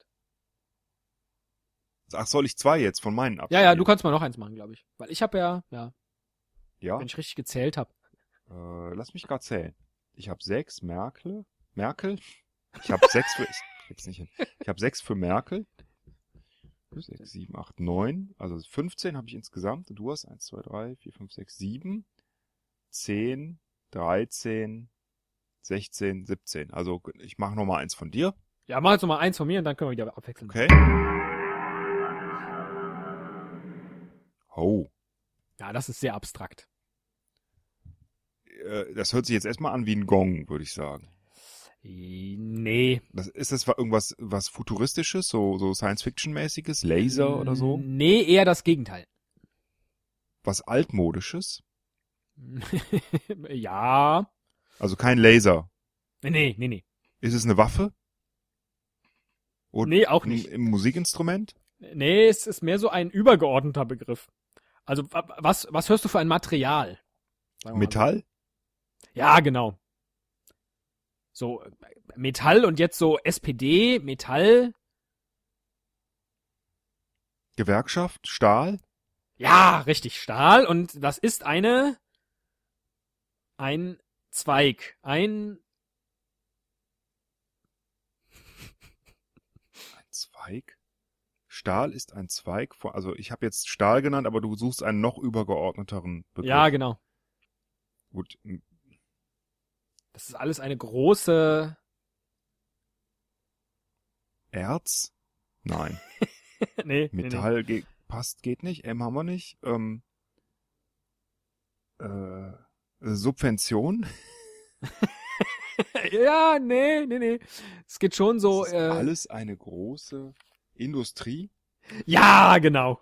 Speaker 1: Ach, soll ich zwei jetzt von meinen ab?
Speaker 2: Ja, ja, du kannst mal noch eins machen, glaube ich. Weil ich habe ja, ja,
Speaker 1: Ja,
Speaker 2: wenn ich richtig gezählt habe.
Speaker 1: äh, lass mich gerade zählen. Ich habe sechs Merkel. Merkel? Ich habe sechs für... Ich krieg's nicht hin. Ich habe sechs für Merkel. Sechs, sieben, acht, neun. Also 15 habe ich insgesamt. Und Du hast eins, zwei, drei, vier, fünf, sechs, sieben, zehn, 13, 16, 17. Also ich mache nochmal eins von dir.
Speaker 2: Ja, mach jetzt nochmal eins von mir und dann können wir wieder abwechseln.
Speaker 1: Okay. Oh.
Speaker 2: Ja, das ist sehr abstrakt.
Speaker 1: Äh, Das hört sich jetzt erstmal an wie ein Gong, würde ich sagen.
Speaker 2: Nee.
Speaker 1: Das, ist das wa- irgendwas was futuristisches, so, so Science-Fiction-mäßiges, Laser oder so?
Speaker 2: Nee, eher das Gegenteil.
Speaker 1: Was altmodisches?
Speaker 2: ja.
Speaker 1: Also kein Laser.
Speaker 2: Nee, nee, nee.
Speaker 1: Ist es eine Waffe? Oder
Speaker 2: Nee, auch nicht.
Speaker 1: Ein, ein Musikinstrument?
Speaker 2: Nee, es ist mehr so ein übergeordneter Begriff. Also, wa- was, was hörst du für ein Material? Sagen wir mal
Speaker 1: Metall?
Speaker 2: so. Ja, genau. So, äh, Metall und jetzt so SPD, Metall.
Speaker 1: Gewerkschaft? Stahl?
Speaker 2: Ja, richtig, Stahl. Und das ist eine, ein Zweig, ein
Speaker 1: Ein Zweig? Stahl ist ein Zweig von, also ich habe jetzt Stahl genannt, aber du suchst einen noch übergeordneteren Begriff.
Speaker 2: Ja, genau.
Speaker 1: Gut, m-
Speaker 2: Das ist alles eine große.
Speaker 1: Erz? Nein.
Speaker 2: nee, nee,
Speaker 1: Metall Geht, passt, geht nicht. M haben wir nicht. Ähm, äh, Subvention?
Speaker 2: Nee. Ja, nee, nee, nee. Es geht schon so.
Speaker 1: Das ist
Speaker 2: Äh,
Speaker 1: alles eine große Industrie.
Speaker 2: ja, genau.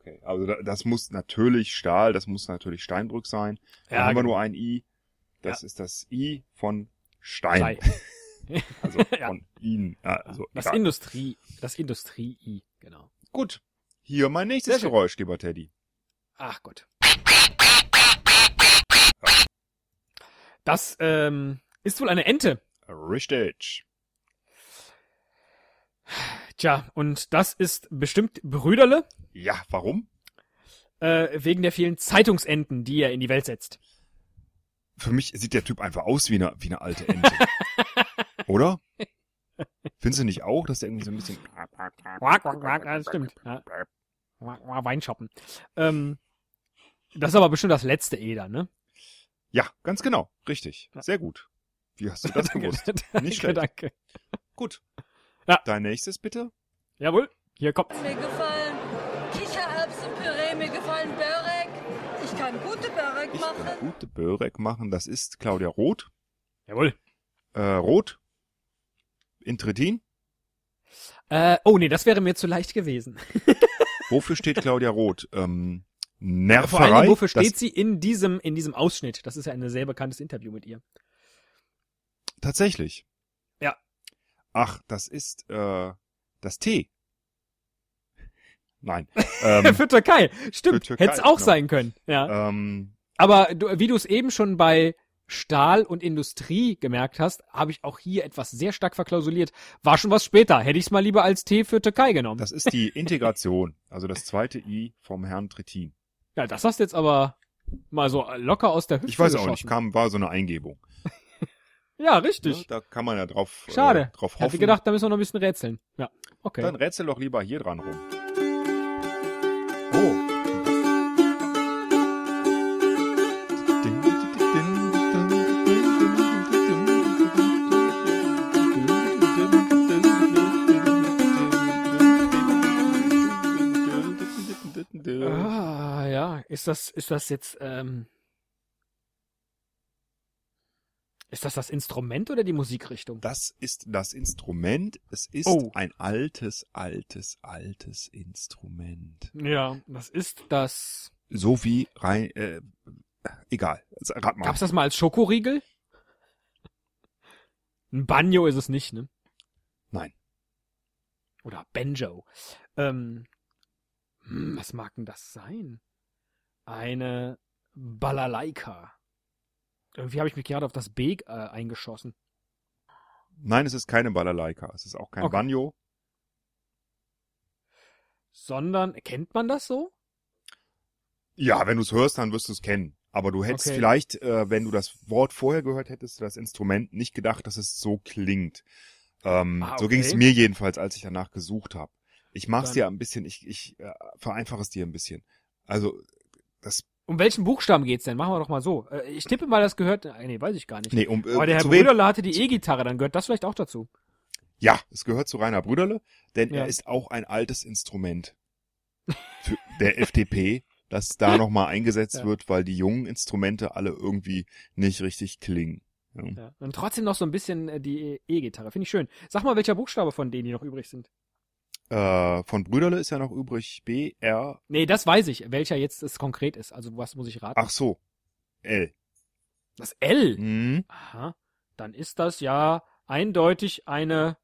Speaker 1: Okay, also da- das muss natürlich Stahl, das muss natürlich Steinbrück sein. Dann
Speaker 2: Ja,
Speaker 1: haben wir
Speaker 2: genau.
Speaker 1: nur ein I. Das ist das I von Stein.
Speaker 2: Sei.
Speaker 1: Also
Speaker 2: Ja.
Speaker 1: von ihn. Ja, Also
Speaker 2: genau. das
Speaker 1: egal.
Speaker 2: Industrie, das Industrie-I, genau.
Speaker 1: Gut. Hier mein
Speaker 2: Sehr
Speaker 1: nächstes
Speaker 2: schön.
Speaker 1: Geräusch, lieber Teddy.
Speaker 2: Ach Gott. Das ähm, ist wohl eine Ente.
Speaker 1: Richtig.
Speaker 2: Tja, und das ist bestimmt Brüderle
Speaker 1: Ja, warum?
Speaker 2: äh, wegen der vielen Zeitungsenten, die er in die Welt setzt.
Speaker 1: Für mich sieht der Typ einfach aus wie eine, wie eine alte Ente. Oder? Findest du nicht auch, dass der irgendwie so ein bisschen...
Speaker 2: Quack, quack, quack, ja, das stimmt. Ja. Wah, wah, Weinschoppen. Ähm, das ist aber bestimmt das letzte Eder, ne?
Speaker 1: Ja, ganz genau. Richtig. Sehr gut. Wie hast du das gewusst? Nicht
Speaker 2: danke,
Speaker 1: schlecht.
Speaker 2: danke.
Speaker 1: Gut.
Speaker 2: Ja.
Speaker 1: Dein nächstes bitte.
Speaker 2: Jawohl, hier kommt.
Speaker 4: Mir gefallen Kichererbsenpüree, mir gefallen Börek. Ich kann gute Börek
Speaker 1: Ich
Speaker 4: machen.
Speaker 1: kann gute Börek machen. Das ist Claudia Roth.
Speaker 2: Jawohl.
Speaker 1: Äh, Roth. Intretin.
Speaker 2: Äh, oh nee, das wäre mir zu leicht gewesen.
Speaker 1: Wofür steht Claudia Roth? Ähm,
Speaker 2: Vor allem,
Speaker 1: Nerverei.
Speaker 2: wofür steht
Speaker 1: das,
Speaker 2: sie in diesem, in diesem Ausschnitt? Das ist ja ein sehr bekanntes Interview mit ihr.
Speaker 1: Tatsächlich.
Speaker 2: Ja.
Speaker 1: Ach, das ist äh, das T. Nein. Ähm,
Speaker 2: für Türkei. Stimmt.
Speaker 1: für Türkei,
Speaker 2: Hätte es auch
Speaker 1: genau.
Speaker 2: sein können. Ja.
Speaker 1: ähm,
Speaker 2: Aber du, wie du es eben schon bei Stahl und Industrie gemerkt hast, habe ich auch hier etwas sehr stark verklausuliert. War schon was später. Hätte ich es mal lieber als T für Türkei genommen.
Speaker 1: das ist die Integration, also das zweite I vom Herrn Trittin.
Speaker 2: ja, das hast du jetzt aber mal so locker aus der Hüfte
Speaker 1: Ich weiß auch nicht,
Speaker 2: geschossen.
Speaker 1: kam, war so eine Eingebung.
Speaker 2: Ja,
Speaker 1: Ne?
Speaker 2: richtig.
Speaker 1: Da kann man ja drauf,
Speaker 2: Schade.
Speaker 1: Äh, drauf
Speaker 2: Ich
Speaker 1: hoffen.
Speaker 2: hatte gedacht, da müssen wir noch ein bisschen rätseln. Ja, okay.
Speaker 1: Dann rätsel doch lieber hier dran rum. Oh. äh,
Speaker 2: Ah, ja, ist das, ist das jetzt, ähm, ist das das Instrument oder die Musikrichtung?
Speaker 1: Das ist das Instrument. Es ist
Speaker 2: Oh.
Speaker 1: ein altes, altes, altes Instrument.
Speaker 2: Ja, das ist das.
Speaker 1: So wie rein, äh, egal. Also, Rat mal.
Speaker 2: Gab's das mal als Schokoriegel? Ein Banjo ist es nicht, ne?
Speaker 1: Nein.
Speaker 2: Oder Banjo. Ähm, hm, was mag denn das sein? Eine Balalaika. Irgendwie habe ich mich gerade auf das B äh, eingeschossen.
Speaker 1: Nein, es ist keine Balalaika. Es ist auch kein
Speaker 2: Okay.
Speaker 1: Banjo.
Speaker 2: Sondern, kennt man das so?
Speaker 1: Ja, wenn du es hörst, dann wirst du es kennen. Aber du hättest
Speaker 2: Okay.
Speaker 1: vielleicht, äh, wenn du das Wort vorher gehört hättest, das Instrument, nicht gedacht, dass es so klingt. Ähm,
Speaker 2: Ah,
Speaker 1: So
Speaker 2: okay.
Speaker 1: ging es mir jedenfalls, als ich danach gesucht habe. Ich mach's
Speaker 2: Dann-
Speaker 1: dir ein bisschen, ich, ich äh, vereinfache es dir ein bisschen. Also, das,
Speaker 2: Um welchen Buchstaben geht's denn? Machen wir doch mal so. Äh, Ich tippe mal, das gehört. äh, Nee, weiß ich gar nicht.
Speaker 1: nee, um
Speaker 2: Aber
Speaker 1: äh,
Speaker 2: der Herr
Speaker 1: zu wem?
Speaker 2: Brüderle hatte die E-Gitarre, dann gehört das vielleicht auch dazu.
Speaker 1: Ja, es gehört zu Rainer Brüderle, denn
Speaker 2: Ja.
Speaker 1: er ist auch ein altes Instrument für der FDP, das da nochmal eingesetzt
Speaker 2: Ja.
Speaker 1: wird, weil die jungen Instrumente alle irgendwie nicht richtig klingen. Ja.
Speaker 2: Ja. Und trotzdem noch so ein bisschen äh, die E-Gitarre. Finde ich schön. Sag mal, welcher Buchstabe von denen, die noch übrig sind.
Speaker 1: Äh, von Brüderle ist ja noch übrig B, R,
Speaker 2: Nee, das weiß ich, welcher jetzt es konkret ist. Also was muss ich raten?
Speaker 1: ach so, L.
Speaker 2: Das L.
Speaker 1: Hm,
Speaker 2: Aha. Dann ist das ja eindeutig eine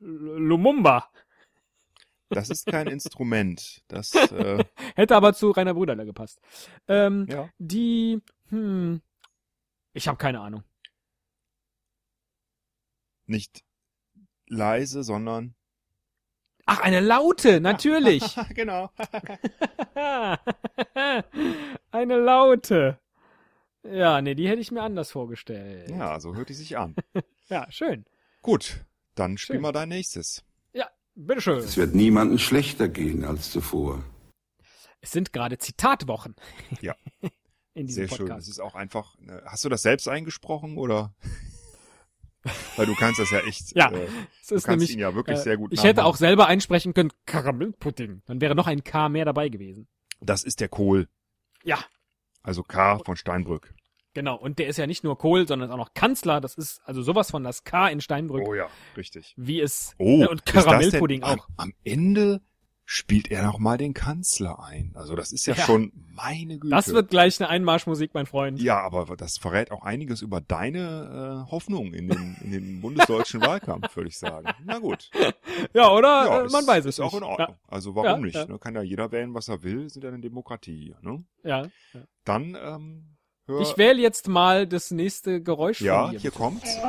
Speaker 2: L- Lumumba.
Speaker 1: das ist kein Instrument. Das, äh,
Speaker 2: Hätte aber zu Rainer Brüderle gepasst. Ähm,
Speaker 1: ja.
Speaker 2: Die. Hm. Ich habe keine Ahnung.
Speaker 1: Nicht leise, sondern...
Speaker 2: Ach, eine Laute, natürlich.
Speaker 1: genau.
Speaker 2: Eine Laute. Ja, nee, die hätte ich mir anders vorgestellt.
Speaker 1: Ja, so hört die sich an.
Speaker 2: Ja, schön.
Speaker 1: Gut, dann spiel
Speaker 2: Schön.
Speaker 1: mal dein nächstes.
Speaker 2: Ja, bitteschön.
Speaker 5: Es wird niemandem schlechter gehen als zuvor.
Speaker 2: Es sind gerade Zitatwochen.
Speaker 1: Ja.
Speaker 2: In
Speaker 1: Sehr
Speaker 2: diesem
Speaker 1: schön.
Speaker 2: Podcast.
Speaker 1: Es ist auch einfach... ne, Hast du das selbst eingesprochen oder... Weil du kannst das ja echt...
Speaker 2: Ja,
Speaker 1: äh,
Speaker 2: es
Speaker 1: du
Speaker 2: ist
Speaker 1: kannst
Speaker 2: nämlich.
Speaker 1: ihn ja wirklich
Speaker 2: äh,
Speaker 1: sehr gut
Speaker 2: ich hätte
Speaker 1: nachmachen.
Speaker 2: auch selber einsprechen können, Karamellpudding. Dann wäre noch ein K mehr dabei gewesen.
Speaker 1: Das ist der Kohl,
Speaker 2: Ja,
Speaker 1: also K von Steinbrück.
Speaker 2: genau. Und der ist ja nicht nur Kohl, sondern ist auch noch Kanzler. Das ist also sowas von das K in Steinbrück,
Speaker 1: Oh ja, richtig.
Speaker 2: wie es.
Speaker 1: Oh,
Speaker 2: ne, und
Speaker 1: ist das
Speaker 2: Karamellpudding
Speaker 1: denn, am-
Speaker 2: auch.
Speaker 1: Am Ende spielt er noch mal den Kanzler ein. Also das ist ja,
Speaker 2: Ja.
Speaker 1: schon meine Güte.
Speaker 2: Das wird gleich eine Einmarschmusik, mein Freund.
Speaker 1: ja, aber das verrät auch einiges über deine äh, Hoffnung in dem, in dem bundesdeutschen Wahlkampf, würde ich sagen. Na gut.
Speaker 2: Ja, oder?
Speaker 1: Ja,
Speaker 2: Äh,
Speaker 1: ist-
Speaker 2: man weiß es
Speaker 1: Ist auch
Speaker 2: nicht.
Speaker 1: in Ordnung. Also warum
Speaker 2: Ja,
Speaker 1: nicht?
Speaker 2: ja.
Speaker 1: Ne? Kann ja jeder wählen, was er will. Sind ja eine Demokratie. hier, Ne?
Speaker 2: Ja, ja.
Speaker 1: Dann ähm, hör...
Speaker 2: Ich wähle jetzt mal das nächste Geräusch
Speaker 1: ja,
Speaker 2: von dir.
Speaker 1: hier kommt's.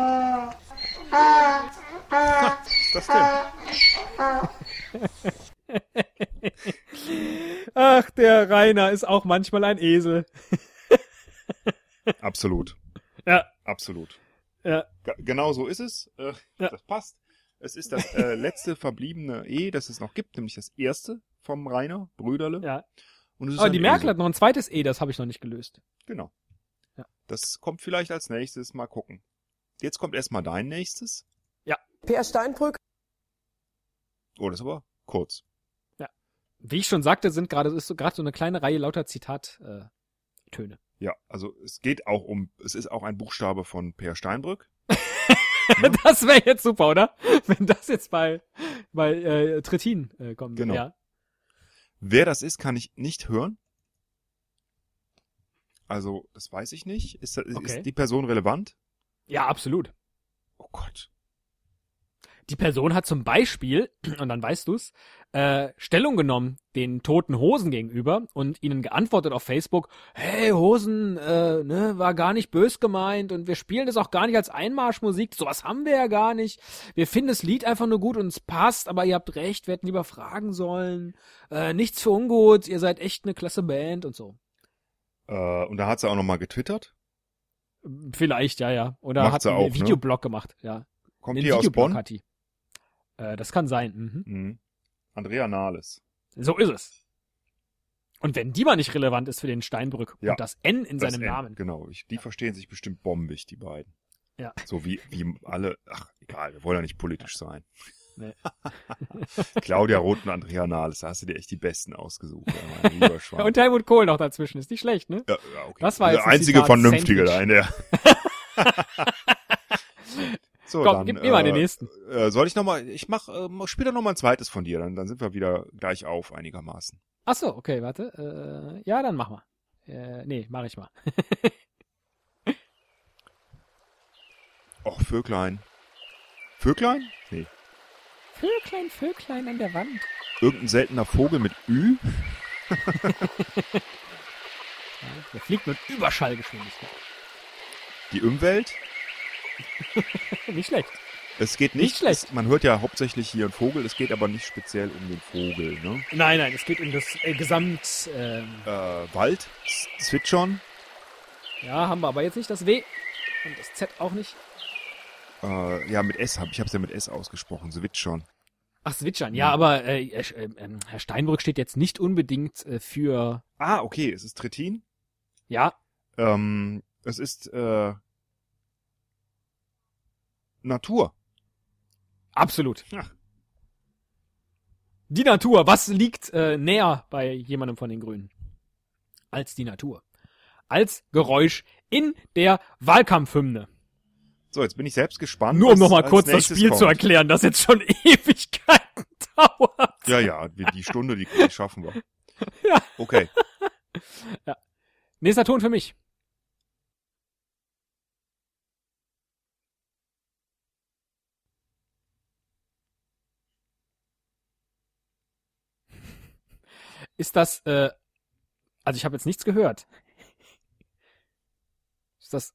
Speaker 2: Ach, der Rainer ist auch manchmal ein Esel.
Speaker 1: Absolut.
Speaker 2: Ja.
Speaker 1: Absolut.
Speaker 2: Ja.
Speaker 1: G genau so ist es. Äh,
Speaker 2: Ja.
Speaker 1: Das passt. Es ist das äh, letzte verbliebene E, das es noch gibt, nämlich das erste vom Rainer Brüderle.
Speaker 2: Ja.
Speaker 1: Und es ist
Speaker 2: Aber
Speaker 1: ein
Speaker 2: die Merkel
Speaker 1: Esel.
Speaker 2: hat noch ein zweites E, das habe ich noch nicht gelöst.
Speaker 1: Genau.
Speaker 2: Ja.
Speaker 1: Das kommt vielleicht als nächstes. Mal gucken. Jetzt kommt erstmal dein nächstes.
Speaker 6: PR Steinbrück,
Speaker 1: Oh, das ist aber kurz.
Speaker 2: Wie ich schon sagte, sind gerade ist so gerade so eine kleine Reihe lauter Zitattöne. Äh, Töne.
Speaker 1: Ja, also es geht auch um, es ist auch ein Buchstabe von Per Steinbrück.
Speaker 2: das wäre jetzt super, oder? Wenn das jetzt bei bei äh, Trittin äh, kommen würde.
Speaker 1: Genau.
Speaker 2: Ja.
Speaker 1: Wer das ist, kann ich nicht hören. Also, das weiß ich nicht. Ist, das-
Speaker 2: Okay.
Speaker 1: ist die Person relevant?
Speaker 2: ja, absolut.
Speaker 1: Oh Gott.
Speaker 2: Die Person hat zum Beispiel, und dann weißt du's, äh, Stellung genommen den toten Hosen gegenüber und ihnen geantwortet auf Facebook, hey Hosen, äh, ne, war gar nicht bös gemeint und wir spielen das auch gar nicht als Einmarschmusik, sowas haben wir ja gar nicht. Wir finden das Lied einfach nur gut und es passt, aber ihr habt recht, wir hätten lieber fragen sollen. Äh, nichts für ungut, ihr seid echt eine klasse Band und so.
Speaker 1: Äh, und da hat sie auch nochmal getwittert.
Speaker 2: Vielleicht, ja, ja. Oder
Speaker 1: Macht
Speaker 2: hat
Speaker 1: sie
Speaker 2: einen
Speaker 1: auch, ne?
Speaker 2: Videoblog gemacht, ja.
Speaker 1: Kommt
Speaker 2: einen
Speaker 1: hier aus
Speaker 2: Videoblog
Speaker 1: Bonn.
Speaker 2: Hat die. Äh, das kann sein, mhm.
Speaker 1: Mhm. Andrea Nahles.
Speaker 2: So ist es. Und wenn die mal nicht relevant ist für den Steinbrück
Speaker 1: Ja.
Speaker 2: und das N in
Speaker 1: Das
Speaker 2: seinem
Speaker 1: N,
Speaker 2: Namen.
Speaker 1: Genau. Ich, die verstehen sich bestimmt bombig, die beiden.
Speaker 2: Ja.
Speaker 1: So wie, wie alle, ach, egal, wir wollen ja nicht politisch sein.
Speaker 2: Nee.
Speaker 1: Claudia Roth und Andrea Nahles, da hast du dir echt die Besten ausgesucht. Ja, mein lieber Schwan.
Speaker 2: Und Helmut Kohl noch dazwischen, ist nicht schlecht, ne?
Speaker 1: ja, ja, okay.
Speaker 2: Das war jetzt
Speaker 1: Der
Speaker 2: ein
Speaker 1: einzige
Speaker 2: Zitat
Speaker 1: Vernünftige da in
Speaker 2: Sandwich.
Speaker 1: der. so,
Speaker 2: Komm, gib mir mal den nächsten.
Speaker 1: Äh, soll ich nochmal, ich mach äh, später nochmal ein zweites von dir, dann, dann sind wir wieder gleich auf einigermaßen.
Speaker 2: Ach so, okay, warte. Äh, ja, dann mach mal. Äh, nee, mach ich mal.
Speaker 1: Och, Vöglein. Vöglein? Nee.
Speaker 2: Vöglein, Vöglein an der Wand.
Speaker 1: Irgendein seltener Vogel mit Ü?
Speaker 2: Der fliegt mit Überschallgeschwindigkeit.
Speaker 1: Die Umwelt?
Speaker 2: Oh, Nicht schlecht.
Speaker 1: Es geht nicht,
Speaker 2: Nicht schlecht.
Speaker 1: Es, man hört ja hauptsächlich hier einen Vogel, es geht aber nicht speziell um den Vogel, ne?
Speaker 2: Nein, nein, es geht um das äh, Gesamt. Ähm,
Speaker 1: Äh, Wald? S- Zwitschern?
Speaker 2: ja, haben wir aber jetzt nicht das W und das Z auch nicht.
Speaker 1: Äh, ja, mit S hab ich hab's ja mit S ausgesprochen, Zwitschern.
Speaker 2: Ach, Switchern. Ja, aber äh, äh, äh, äh, Herr Steinbrück steht jetzt nicht unbedingt äh, für.
Speaker 1: Ah, okay, es ist Trittin.
Speaker 2: Ja,
Speaker 1: Ähm, es ist äh, Natur.
Speaker 2: Absolut.
Speaker 1: Ja.
Speaker 2: Die Natur, was liegt äh, näher bei jemandem von den Grünen? Als die Natur. Als Geräusch in der Wahlkampfhymne.
Speaker 1: So, jetzt bin ich selbst gespannt.
Speaker 2: Nur um
Speaker 1: was
Speaker 2: nochmal
Speaker 1: als
Speaker 2: kurz das
Speaker 1: nächstes
Speaker 2: Spiel zu
Speaker 1: kommt.
Speaker 2: erklären, das jetzt schon Ewigkeiten dauert.
Speaker 1: Ja, ja, wir- die Stunde, die, die schaffen wir.
Speaker 2: Ja.
Speaker 1: Okay,
Speaker 2: Nächster Ton für mich. Ist das, äh, also ich habe jetzt nichts gehört. Ist das,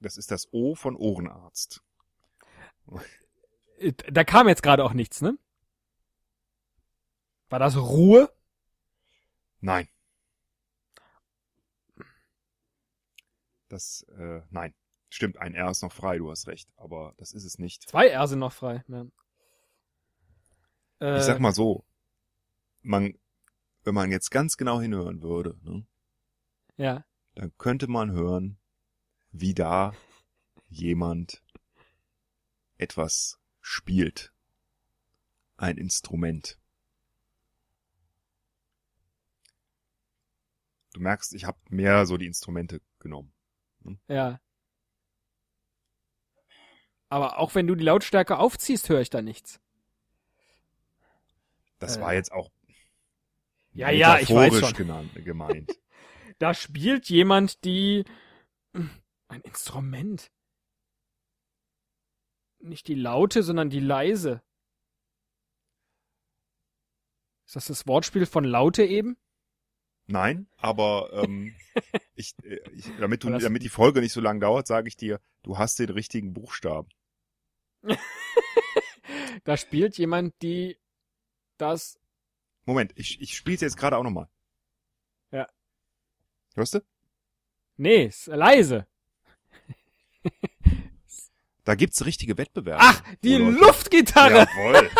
Speaker 1: das ist das O von Ohrenarzt.
Speaker 2: äh, da kam jetzt gerade auch nichts, ne? War das Ruhe?
Speaker 1: Nein. Das, äh, nein. Stimmt, ein R ist noch frei, du hast recht, aber das ist es nicht.
Speaker 2: Zwei R sind noch frei. Ja. Äh,
Speaker 1: Ich sag mal so, man, wenn man jetzt ganz genau hinhören würde, ne,
Speaker 2: Äh, Ja.
Speaker 1: dann könnte man hören, wie da jemand etwas spielt. Ein Instrument. Du merkst, ich habe mehr so die Instrumente genommen.
Speaker 2: Ja. Aber auch wenn du die Lautstärke aufziehst, höre ich da nichts.
Speaker 1: Das
Speaker 2: Äh.
Speaker 1: war jetzt auch
Speaker 2: Ja, ja, ich weiß
Speaker 1: metaphorisch
Speaker 2: schon.
Speaker 1: Genannt, gemeint.
Speaker 2: Da spielt jemand die äh, ein Instrument. Nicht die laute, sondern die leise. Ist das das Wortspiel von laute eben?
Speaker 1: Nein, aber ähm, ich, äh, ich, damit, du,
Speaker 2: Aber das-
Speaker 1: damit die Folge nicht so lang dauert, sage ich dir, du hast den richtigen Buchstaben.
Speaker 2: Da spielt jemand die das
Speaker 1: Moment, ich, ich spiele es jetzt gerade auch nochmal.
Speaker 2: Ja.
Speaker 1: Hörst du?
Speaker 2: Nee, ist leise.
Speaker 1: Da gibt's richtige Wettbewerbe.
Speaker 2: Ach, die
Speaker 1: Leute.
Speaker 2: Luftgitarre.
Speaker 1: Jawohl.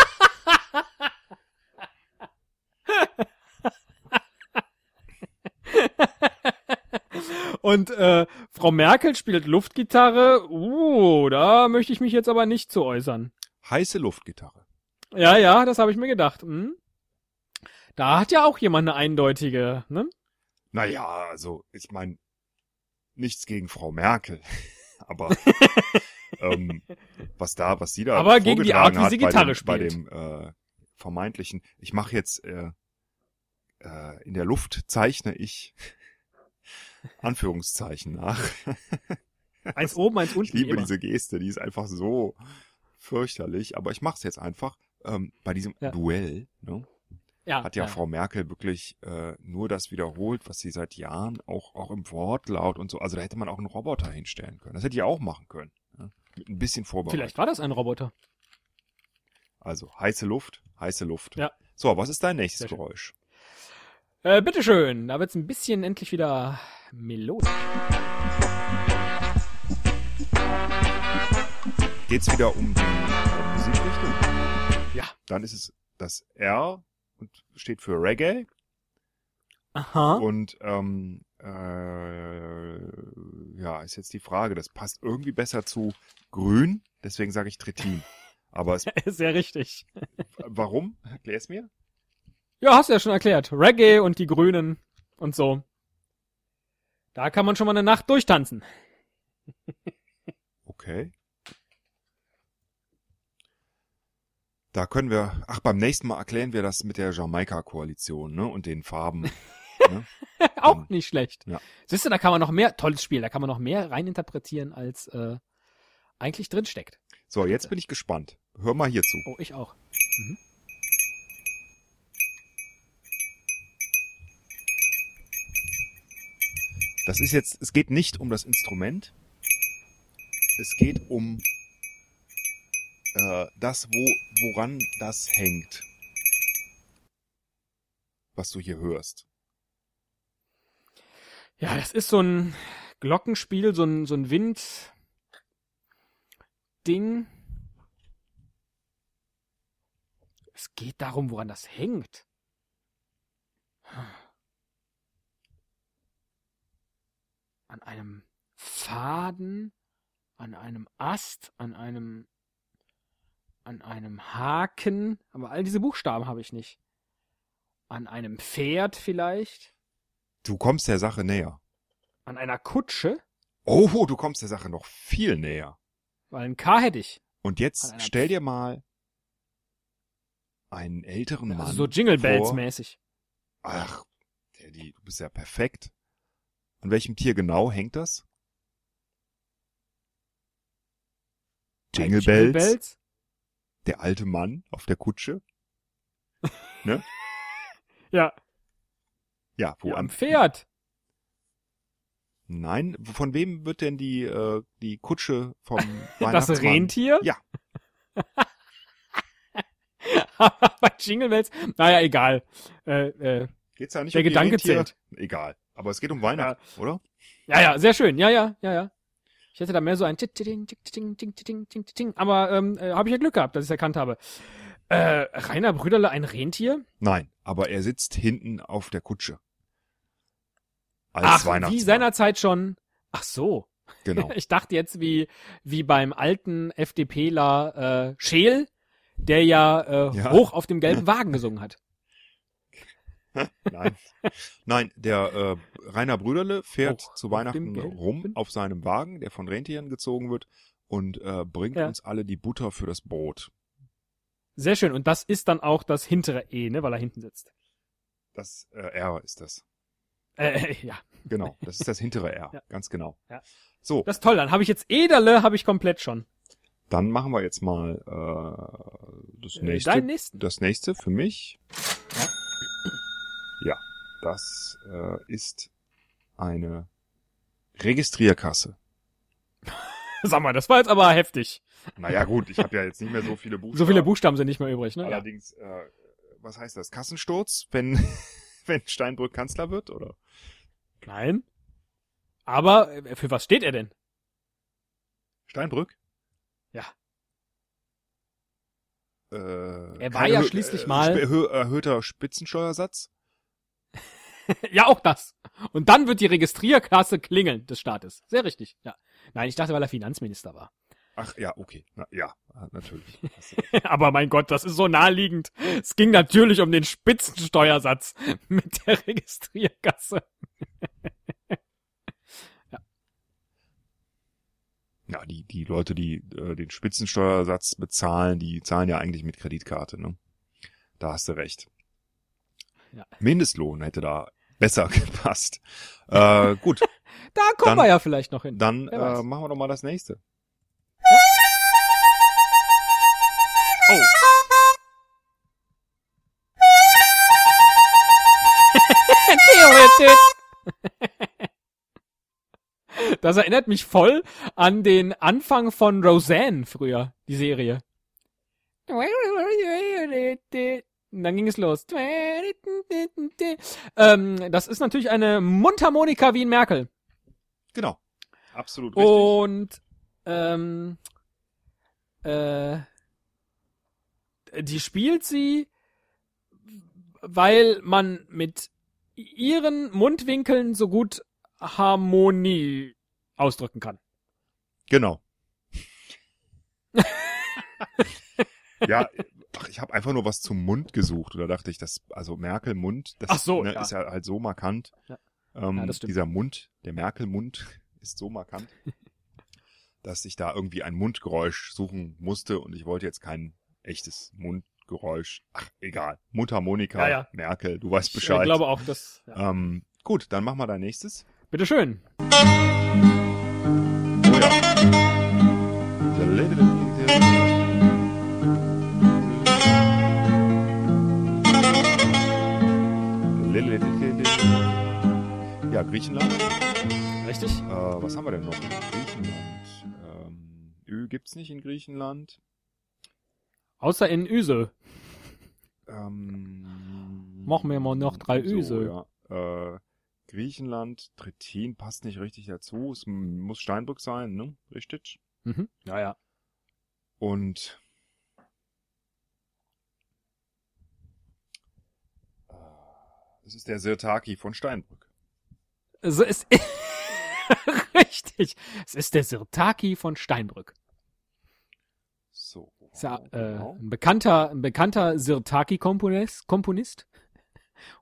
Speaker 2: Und äh, Frau Merkel spielt Luftgitarre. Uh, da möchte ich mich jetzt aber nicht zu äußern.
Speaker 1: Heiße Luftgitarre.
Speaker 2: Ja, ja, das habe ich mir gedacht. Hm. Da hat ja auch jemand eine eindeutige, ne?
Speaker 1: Naja, also ich meine, nichts gegen Frau Merkel, aber ähm, was da, was sie da
Speaker 2: Aber gegen die Art,
Speaker 1: vorgetragen
Speaker 2: wie sie
Speaker 1: hat
Speaker 2: Gitarre
Speaker 1: bei
Speaker 2: spielt.
Speaker 1: dem, Bei dem äh, vermeintlichen, ich mache jetzt äh, äh, in der Luft zeichne ich Anführungszeichen nach.
Speaker 2: Eins oben, eins unten.
Speaker 1: Ich liebe
Speaker 2: immer.
Speaker 1: diese Geste, die ist einfach so fürchterlich, aber ich mache es jetzt einfach. Ähm, bei diesem
Speaker 2: Ja. Ah,
Speaker 1: Duell ne,
Speaker 2: ja,
Speaker 1: hat ja, Frau Merkel wirklich äh, nur das wiederholt, was sie seit Jahren auch, auch im Wortlaut und so. Also da hätte man auch einen Roboter hinstellen können. Das hätte ich auch machen können. Ne? Mit ein bisschen Vorbereitung.
Speaker 2: Vielleicht war das ein Roboter.
Speaker 1: Also heiße Luft, heiße Luft.
Speaker 2: Ja.
Speaker 1: So, was ist dein nächstes
Speaker 2: Sehr schön.
Speaker 1: Geräusch?
Speaker 2: Äh, bitteschön, da wird's ein bisschen endlich wieder melodisch.
Speaker 1: Geht's wieder um die äh, Musikrichtung?
Speaker 2: Ja.
Speaker 1: Dann ist es das R und steht für Reggae.
Speaker 2: Aha.
Speaker 1: Und ähm, äh, ja, ist jetzt die Frage. Das passt irgendwie besser zu Grün, deswegen sage ich Tretin. Aber es,
Speaker 2: Sehr richtig.
Speaker 1: warum? Erklär es mir.
Speaker 2: Ja, hast du ja schon erklärt. Reggae und die Grünen und so. Da kann man schon mal eine Nacht durchtanzen.
Speaker 1: Okay. Da können wir, ach, beim nächsten Mal erklären wir das mit der Jamaika-Koalition, ne, und den Farben.
Speaker 2: Auch
Speaker 1: Mhm.
Speaker 2: nicht schlecht.
Speaker 1: Ja.
Speaker 2: Siehst du, da kann man noch mehr, tolles Spiel, da kann man noch mehr reininterpretieren, als äh, eigentlich drinsteckt.
Speaker 1: So, jetzt bin ich gespannt. Hör mal hierzu.
Speaker 2: Oh, ich auch.
Speaker 1: Das ist jetzt, es geht nicht um das Instrument. Es geht um äh, das, wo, woran das hängt. Was du hier hörst.
Speaker 2: Ja, das ist so ein Glockenspiel, so ein, so ein Wind-Ding. Es geht darum, woran das hängt. An einem Faden, an einem Ast, an einem, an einem Haken. Aber all diese Buchstaben habe ich nicht. An einem Pferd vielleicht,
Speaker 1: Du kommst der Sache näher.
Speaker 2: an einer Kutsche.
Speaker 1: Oh, du kommst der Sache noch viel näher.
Speaker 2: Weil ein K hätte ich.
Speaker 1: Und
Speaker 2: An
Speaker 1: jetzt
Speaker 2: einer-
Speaker 1: stell dir mal einen älteren Mann.
Speaker 2: Also so Jingle Bells
Speaker 1: vor.
Speaker 2: mäßig.
Speaker 1: Ach, Teddy, du bist ja perfekt. An welchem Tier genau hängt das? Jingle
Speaker 2: Bei Jingle
Speaker 1: Bells. der alte Mann auf der Kutsche.
Speaker 2: Ja,
Speaker 1: Ja, wo
Speaker 2: ja, am
Speaker 1: am
Speaker 2: Pferd.
Speaker 1: Nein, von wem wird denn die äh, die Kutsche vom
Speaker 2: Das
Speaker 1: Weihnachtsmann?
Speaker 2: Rentier.
Speaker 1: Ja.
Speaker 2: Bei Jingle Bells. Naja, egal. Äh, äh.
Speaker 1: Geht's da nicht
Speaker 2: Der
Speaker 1: um die
Speaker 2: Gedanke
Speaker 1: Rentiere? Egal, aber es geht um Weihnachten, oder?
Speaker 2: Ja, ja, sehr schön. Ja, ja, ja, ja. Ich hätte da mehr so ein Ting, Ting, Ting, Ting, Ting, Ting. Aber ähm, äh, habe ich ja Glück gehabt, dass ich es erkannt habe. Äh, Rainer Brüderle, ein Rentier?
Speaker 1: Nein, aber er sitzt hinten auf der Kutsche. Als
Speaker 2: Ach,
Speaker 1: Weihnachtsmann.
Speaker 2: wie seinerzeit schon. Ach so.
Speaker 1: Genau.
Speaker 2: Ich dachte jetzt wie, wie beim alten FDPler äh, Scheel, der ja, äh,
Speaker 1: Ja.
Speaker 2: hoch auf dem gelben Wagen gesungen hat.
Speaker 1: Nein. Nein, der äh, Rainer Brüderle fährt
Speaker 2: Hoch
Speaker 1: zu
Speaker 2: auf
Speaker 1: Weihnachten
Speaker 2: dem gelben-
Speaker 1: rum auf seinem Wagen, der von Rentieren gezogen wird und äh, bringt
Speaker 2: Ja.
Speaker 1: uns alle die Butter für das Brot.
Speaker 2: Sehr schön. Und das ist dann auch das hintere E, ne, weil er hinten sitzt.
Speaker 1: Das äh, R ist das.
Speaker 2: Äh, ja.
Speaker 1: Genau, das ist das hintere R,
Speaker 2: Ja.
Speaker 1: ganz genau.
Speaker 2: Ja.
Speaker 1: So,
Speaker 2: Das ist toll. Dann habe ich jetzt Ederle, habe ich komplett schon.
Speaker 1: dann machen wir jetzt mal äh, das
Speaker 2: Äh,
Speaker 1: nächste.
Speaker 2: deinen nächsten.
Speaker 1: Das nächste für mich. Ja, das äh, ist eine Registrierkasse.
Speaker 2: Sag mal, das war jetzt aber heftig.
Speaker 1: Naja gut, ich habe ja jetzt nicht mehr so viele Buchstaben.
Speaker 2: So viele Buchstaben sind nicht mehr übrig, ne? Ja.
Speaker 1: Allerdings, äh, was heißt das? Kassensturz, wenn, wenn Steinbrück Kanzler wird, oder?
Speaker 2: Nein. Aber äh, für was steht er denn?
Speaker 1: Steinbrück?
Speaker 2: Ja.
Speaker 1: Äh,
Speaker 2: Er war
Speaker 1: keine
Speaker 2: ja
Speaker 1: Hö-
Speaker 2: schließlich
Speaker 1: äh,
Speaker 2: mal-
Speaker 1: sp- erhö- Erhöhter Spitzensteuersatz?
Speaker 2: ja, auch das. Und dann wird die Registrierkasse klingeln des Staates. Sehr richtig, ja. Nein, ich dachte, weil er Finanzminister war.
Speaker 1: Ach ja, okay. Na, ja, natürlich.
Speaker 2: Aber mein Gott, das ist so naheliegend. Es ging natürlich um den Spitzensteuersatz mit der Registrierkasse.
Speaker 1: Ja, die, die Leute, die äh, den Spitzensteuersatz bezahlen, die zahlen ja eigentlich mit Kreditkarte, ne? Da hast du recht.
Speaker 2: Ja.
Speaker 1: Mindestlohn hätte da besser gepasst. Äh, gut,
Speaker 2: Da kommen
Speaker 1: Dann-
Speaker 2: wir ja vielleicht noch hin.
Speaker 1: dann
Speaker 2: Wer weiß.
Speaker 1: äh, machen wir doch mal das nächste.
Speaker 2: Das erinnert mich voll an den Anfang von Roseanne früher, die Serie. Und dann ging es los. Ähm, das ist natürlich eine Mundharmonika wie in Merkel.
Speaker 1: Genau. Oh. Absolut richtig.
Speaker 2: Und ähm, äh, die spielt sie, weil man mit ihren Mundwinkeln so gut Harmonie ausdrücken kann.
Speaker 1: Genau. ja, ach, ich habe einfach nur was zum Mund gesucht oder dachte ich, das also Merkel Mund, das
Speaker 2: Ach so,
Speaker 1: ne,
Speaker 2: ja.
Speaker 1: ist ja halt so markant.
Speaker 2: Ja.
Speaker 1: Ähm,
Speaker 2: Ja, das stimmt.
Speaker 1: dieser Mund, der Merkel Mund ist so markant, dass ich da irgendwie ein Mundgeräusch suchen musste und ich wollte jetzt kein echtes Mundgeräusch. Ach, egal. Mundharmonika,
Speaker 2: Ja, ja.
Speaker 1: Merkel, du weißt
Speaker 2: Ich
Speaker 1: Bescheid.
Speaker 2: äh, glaube auch, dass. Ja.
Speaker 1: ähm, gut, dann machen wir dein nächstes.
Speaker 2: Bitte schön.
Speaker 1: Oh ja. Ja, Griechenland.
Speaker 2: Richtig?
Speaker 1: Äh, was haben wir denn noch? Griechenland. Ähm, Ö gibt's nicht in Griechenland.
Speaker 2: Außer in Üsel.
Speaker 1: Ähm,
Speaker 2: Machen wir mal noch drei Öse.
Speaker 1: So, ja. äh, Griechenland, Trittin passt nicht richtig dazu. Es m- muss Steinbrück sein, ne? Richtig?
Speaker 2: Mhm. Ja, ja.
Speaker 1: Und äh, es ist der Sirtaki von Steinbrück.
Speaker 2: So ist. Richtig. Es ist der Sirtaki von Steinbrück.
Speaker 1: So.
Speaker 2: Ist ja äh,
Speaker 1: genau.
Speaker 2: ein bekannter, ein bekannter Sirtaki-Komponist. Komponist.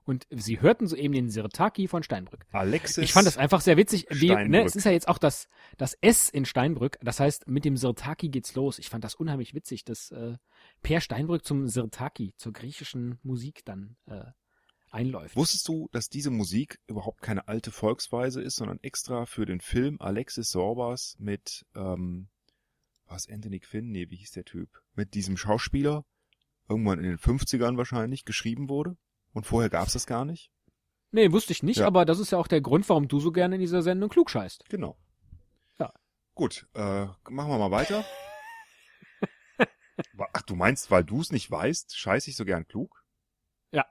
Speaker 2: Und sie hörten soeben den Sirtaki von Steinbrück.
Speaker 1: Alexis.
Speaker 2: Ich fand das einfach sehr witzig. Wie, ne,
Speaker 1: Steinbrück.
Speaker 2: es ist ja jetzt auch das, das S in Steinbrück. Das heißt, mit dem Sirtaki geht's los. Ich fand das unheimlich witzig, dass äh, Per Steinbrück zum Sirtaki, zur griechischen Musik dann äh, einläuft.
Speaker 1: Wusstest du, dass diese Musik überhaupt keine alte Volksweise ist, sondern extra für den Film Alexis Sorbas mit, ähm, was, Anthony Quinn? Nee, wie hieß der Typ? Mit diesem Schauspieler, irgendwann in den 50ern wahrscheinlich, geschrieben wurde? Und vorher gab's das gar nicht?
Speaker 2: Nee, wusste ich nicht,
Speaker 1: Ja.
Speaker 2: aber das ist ja auch der Grund, warum du so gerne in dieser Sendung klug scheißt.
Speaker 1: Genau.
Speaker 2: Ja.
Speaker 1: Gut, äh, machen wir mal weiter. Wa- Ach, du meinst, weil du es nicht weißt, scheiß ich so gern klug?
Speaker 2: Ja.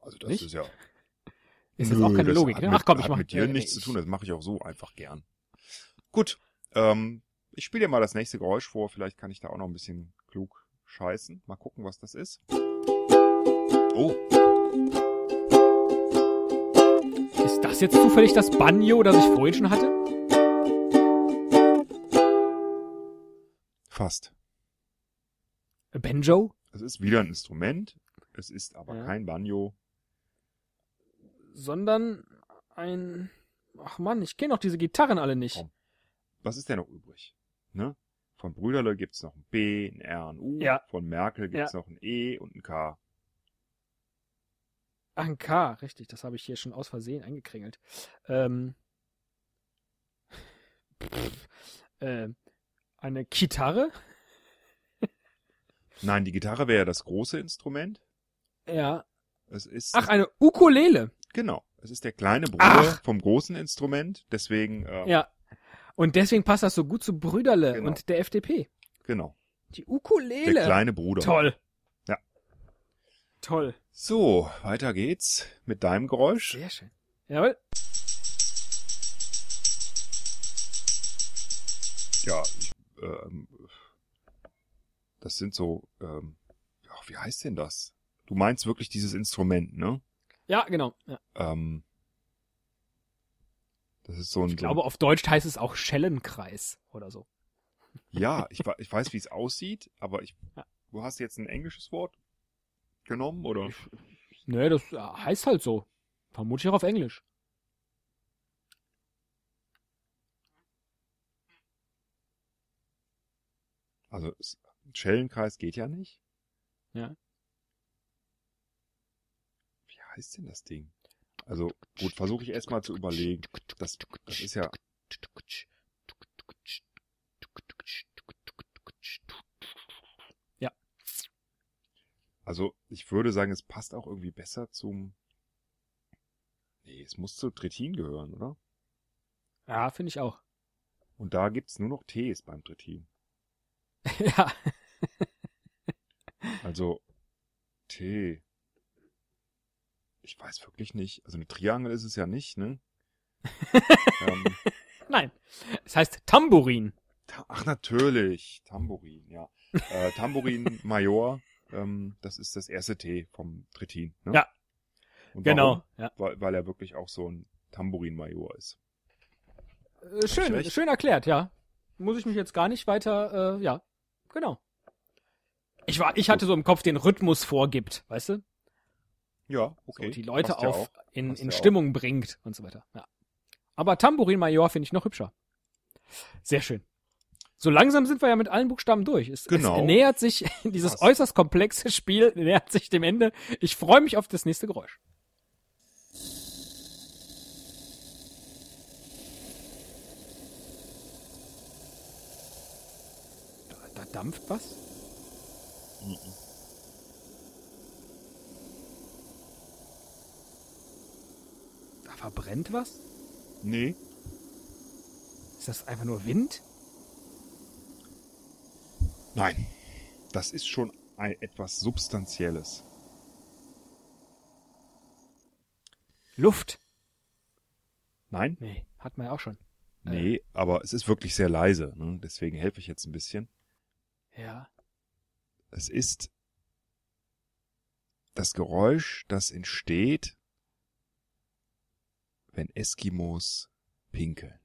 Speaker 1: Also das
Speaker 2: Nicht?
Speaker 1: ist ja.
Speaker 2: Ist jetzt
Speaker 1: Nö,
Speaker 2: auch keine
Speaker 1: das
Speaker 2: Logik,
Speaker 1: hat
Speaker 2: ne?
Speaker 1: Mit,
Speaker 2: Ach komm, ich
Speaker 1: hat
Speaker 2: mach
Speaker 1: mit dir
Speaker 2: nee,
Speaker 1: nichts
Speaker 2: nee,
Speaker 1: zu tun, das mache ich auch so einfach gern. Gut, ähm, ich spiele dir mal das nächste Geräusch vor, vielleicht kann ich da auch noch ein bisschen klug scheißen. Mal gucken, was das ist. Oh,
Speaker 2: Ist das jetzt zufällig das Banjo, das ich vorhin schon hatte?
Speaker 1: fast.
Speaker 2: Banjo?
Speaker 1: Es ist wieder ein Instrument, es ist aber
Speaker 2: Ja.
Speaker 1: kein Banjo.
Speaker 2: Sondern ein. Ach man, ich kenne doch diese Gitarren alle nicht.
Speaker 1: Komm. Was ist denn noch übrig? Ne? Von Brüderle gibt's noch ein B, ein R, ein U.
Speaker 2: Ja.
Speaker 1: Von Merkel gibt's noch ein E und ein K.
Speaker 2: Ach, ein K, richtig, das habe ich hier schon aus Versehen eingekringelt. Ähm. Pff, äh, eine Gitarre?
Speaker 1: Nein, die Gitarre wäre ja das große Instrument.
Speaker 2: Ja.
Speaker 1: Es ist
Speaker 2: Ach, eine Ukulele.
Speaker 1: Genau. Es ist der kleine Bruder
Speaker 2: Ach.
Speaker 1: vom großen Instrument, deswegen, äh,
Speaker 2: Ja. Und deswegen passt das so gut zu Brüderle
Speaker 1: Genau.
Speaker 2: und der FDP.
Speaker 1: genau.
Speaker 2: Die
Speaker 1: Der
Speaker 2: Ukulele.
Speaker 1: kleine Bruder.
Speaker 2: Toll.
Speaker 1: Ja.
Speaker 2: Toll.
Speaker 1: So, weiter geht's mit deinem Geräusch.
Speaker 2: Sehr schön. Jawohl.
Speaker 1: Ja, ich, ähm, das sind so, ähm, ja, wie heißt denn das? Du meinst wirklich dieses Instrument, ne?
Speaker 2: Ja, genau. Ja.
Speaker 1: Ähm, das ist so ein.
Speaker 2: Ich glaube, auf Deutsch heißt es auch Schellenkreis oder so.
Speaker 1: Ja, ich, wa- ich weiß, wie es aussieht, aber ich. Du hast jetzt ein englisches Wort genommen, oder?
Speaker 2: Nö, das äh, heißt halt so. Vermutlich auch auf Englisch.
Speaker 1: Also es- Schellenkreis geht ja nicht.
Speaker 2: Ja.
Speaker 1: Wie heißt denn das Ding? Also gut, versuche ich erstmal zu überlegen. Das, das ist ja.
Speaker 2: Ja.
Speaker 1: Also ich würde sagen, es passt auch irgendwie besser zum. Nee, es muss zu Trittin gehören, oder?
Speaker 2: Ja, finde ich auch.
Speaker 1: Und da gibt's nur noch Tees beim Trittin.
Speaker 2: ja.
Speaker 1: Also Tee. Ich weiß wirklich nicht. Also eine Triangel ist es ja nicht, ne? ähm,
Speaker 2: Nein. Es heißt Tambourin.
Speaker 1: Ta Ach natürlich, Tambourin, ja. Äh, Tambourin Major, ähm, das ist das erste T vom Trittin. Ne?
Speaker 2: Ja.
Speaker 1: Und
Speaker 2: Genau. Ja.
Speaker 1: Warum? Weil, weil er wirklich auch so ein Tambourin Major ist.
Speaker 2: Äh, schön,
Speaker 1: recht?
Speaker 2: schön erklärt, ja. Muss ich mich jetzt gar nicht weiter, äh, ja. Genau. Ich war, ich hatte so im Kopf den Rhythmus vorgibt, weißt du?
Speaker 1: Ja,
Speaker 2: So,
Speaker 1: okay.
Speaker 2: die Leute
Speaker 1: Passt ja
Speaker 2: auf
Speaker 1: auch.
Speaker 2: in,
Speaker 1: Passt
Speaker 2: in
Speaker 1: ja auch.
Speaker 2: Stimmung bringt und so weiter. Ja. Aber Tambourin Major finde ich noch hübscher. Sehr schön. So langsam sind wir ja mit allen Buchstaben durch. Es,
Speaker 1: Genau.
Speaker 2: es nähert sich, dieses
Speaker 1: Passt.
Speaker 2: äußerst komplexe Spiel nähert sich dem Ende. Ich freue mich auf das nächste Geräusch. Da, da dampft was? Da verbrennt was?
Speaker 1: Nee,
Speaker 2: Ist das einfach nur Wind?
Speaker 1: nein. Das ist schon ein, etwas Substanzielles.
Speaker 2: Luft.
Speaker 1: Nein?
Speaker 2: Nee, hat man ja auch schon.
Speaker 1: Nee, aber es ist wirklich sehr leise. Ne? Deswegen helfe ich jetzt ein bisschen.
Speaker 2: Ja.
Speaker 1: Es ist das Geräusch, das entsteht, wenn Eskimos pinkeln.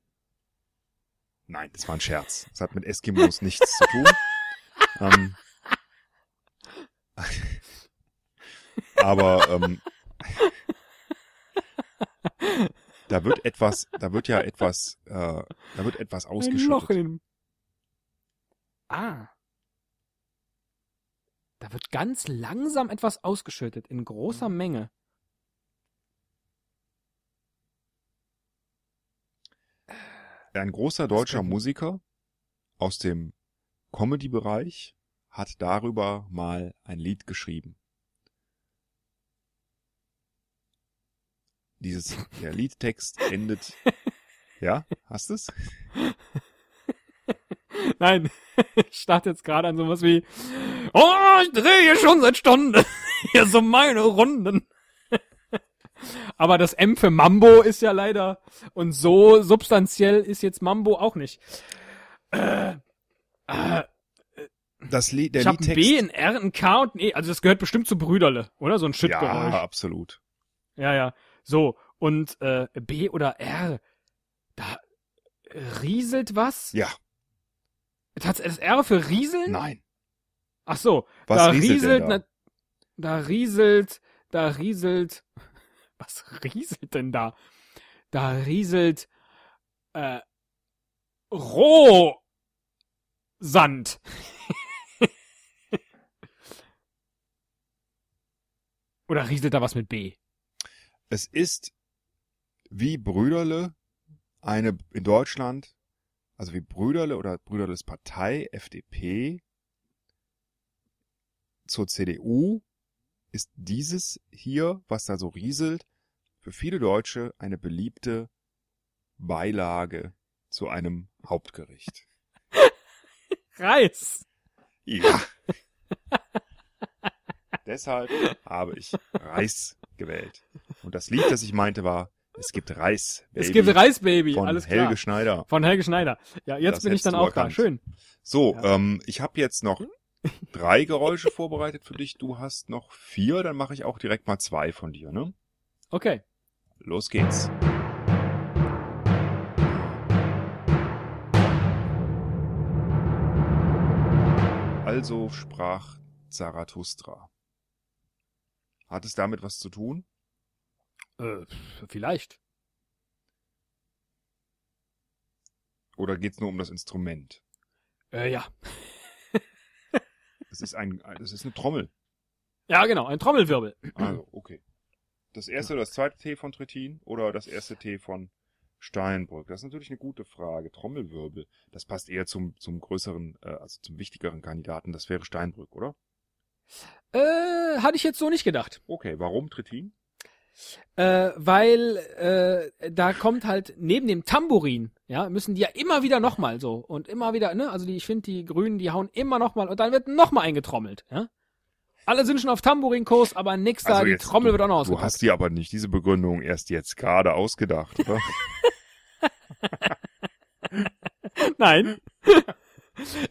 Speaker 1: Nein, das war ein Scherz. Das hat mit Eskimos nichts zu tun. Ähm, aber ähm, da wird etwas, da wird ja etwas, äh, da wird etwas ausgeschüttet.
Speaker 2: dem. Ah. Da wird ganz langsam etwas ausgeschüttet, in großer Menge.
Speaker 1: Ein großer deutscher
Speaker 2: könnte-
Speaker 1: Musiker aus dem Comedy-Bereich hat darüber mal ein Lied geschrieben. Dieses, der Liedtext endet, ja, hast es?
Speaker 2: Nein, ich dachte jetzt gerade an sowas wie, oh, ich drehe hier schon seit Stunden hier so meine Runden. Aber das M für Mambo ist ja leider, und so substanziell ist jetzt Mambo auch nicht. Äh, äh,
Speaker 1: Das Lied, der
Speaker 2: ich habe ein
Speaker 1: Liedtext.
Speaker 2: B, ein R, ein K und ein E. Also das gehört bestimmt zu Brüderle, oder? So ein Shit-Geräusch.
Speaker 1: ja,
Speaker 2: Ja.
Speaker 1: absolut.
Speaker 2: ja, So, und äh, B oder R, da äh, rieselt was?
Speaker 1: Ja,
Speaker 2: Tats- Das R für rieseln?
Speaker 1: nein.
Speaker 2: Ach so,
Speaker 1: Was
Speaker 2: da
Speaker 1: rieselt
Speaker 2: rieselt,
Speaker 1: denn da?
Speaker 2: na- da rieselt, da rieselt, was rieselt denn da? Da rieselt, äh, Rohsand. Oder rieselt da was mit B?
Speaker 1: Es ist wie Brüderle eine in Deutschland, also wie Brüderle oder Brüderles Partei, FDP, zur CDU ist dieses hier, was da so rieselt, für viele Deutsche eine beliebte Beilage zu einem Hauptgericht.
Speaker 2: Reis.
Speaker 1: Ja. Deshalb habe ich Reis gewählt. Und das Lied, das ich meinte, war Es gibt Reis.
Speaker 2: Es
Speaker 1: Baby.
Speaker 2: gibt Reisbaby,
Speaker 1: von
Speaker 2: alles klar.
Speaker 1: Helge Schneider.
Speaker 2: Von Helge Schneider. Ja, jetzt
Speaker 1: Das
Speaker 2: bin ich
Speaker 1: hättest
Speaker 2: dann
Speaker 1: du
Speaker 2: auch da.
Speaker 1: erkannt.
Speaker 2: Schön.
Speaker 1: So,
Speaker 2: Ja. Hm?
Speaker 1: ähm, ich habe jetzt noch drei Geräusche vorbereitet für dich. Du hast noch vier, dann mache ich auch direkt mal zwei von dir, ne?
Speaker 2: Okay.
Speaker 1: Los geht's. Also sprach Zarathustra. Hat es damit was zu tun?
Speaker 2: Äh, vielleicht.
Speaker 1: Oder geht's nur um das Instrument?
Speaker 2: Äh, ja.
Speaker 1: Es ist ein, es ist eine Trommel.
Speaker 2: Ja, genau, ein Trommelwirbel.
Speaker 1: Also, okay. Das erste oder das zweite T von Trittin oder das erste T von Steinbrück? Das ist natürlich eine gute Frage. Trommelwirbel, das passt eher zum, zum größeren, äh, also zum wichtigeren Kandidaten. Das wäre Steinbrück, oder?
Speaker 2: Äh, hatte ich jetzt so nicht gedacht.
Speaker 1: Okay, warum Trittin?
Speaker 2: Äh, weil äh, da kommt halt neben dem Tambourin, ja, müssen die ja immer wieder nochmal so und immer wieder, ne? Also die, ich finde, die Grünen, die hauen immer nochmal und dann wird nochmal eingetrommelt, ja? Alle sind schon auf Tambourin-Kurs, aber nix da, die
Speaker 1: Also jetzt,
Speaker 2: Trommel
Speaker 1: du,
Speaker 2: wird auch noch
Speaker 1: Du
Speaker 2: ausgepackt.
Speaker 1: hast dir aber nicht diese Begründung erst jetzt gerade ausgedacht, oder?
Speaker 2: Nein.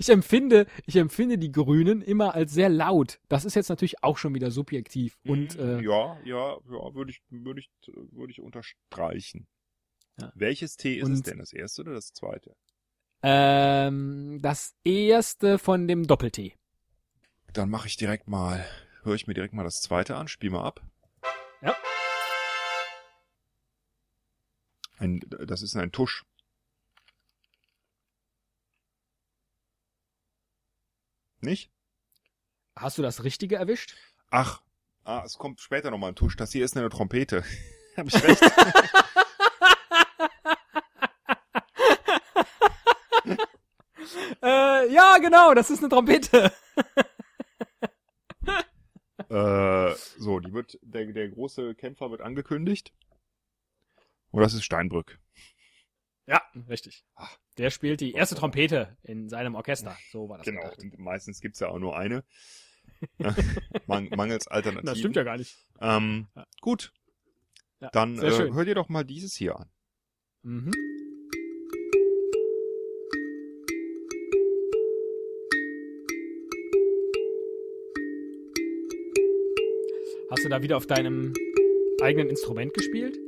Speaker 2: Ich empfinde, ich empfinde die Grünen immer als sehr laut. Das ist jetzt natürlich auch schon wieder subjektiv. Und äh,
Speaker 1: ja, ja, ja, würde ich, würde ich, würde ich unterstreichen.
Speaker 2: Ja.
Speaker 1: Welches T ist es
Speaker 2: Und-
Speaker 1: denn? Das erste oder das zweite?
Speaker 2: ähm, das erste von dem Doppel-T.
Speaker 1: Dann mache ich direkt mal, höre ich mir direkt mal das zweite an, spiel mal ab.
Speaker 2: Ja.
Speaker 1: Ein, das ist ein Tusch. Nicht?
Speaker 2: Hast du das Richtige erwischt?
Speaker 1: Ach, ah, es kommt später nochmal ein Tusch. Das hier ist eine Trompete. Hab ich recht?
Speaker 2: Äh, ja, genau, das ist eine Trompete.
Speaker 1: äh, so, die wird, der, der große Kämpfer wird angekündigt. Und das ist Steinbrück.
Speaker 2: Ja, richtig.
Speaker 1: Ach.
Speaker 2: Der spielt die erste Trompete in seinem Orchester. So war das.
Speaker 1: Genau.
Speaker 2: gedacht.
Speaker 1: Und meistens gibt's ja auch nur eine. Man, mangels Alternativen.
Speaker 2: Das stimmt ja gar nicht.
Speaker 1: Ähm, gut,
Speaker 2: Ja,
Speaker 1: dann
Speaker 2: sehr
Speaker 1: äh,
Speaker 2: schön.
Speaker 1: hört ihr doch mal dieses hier an.
Speaker 2: Mhm. Hast du da wieder auf deinem eigenen Instrument gespielt?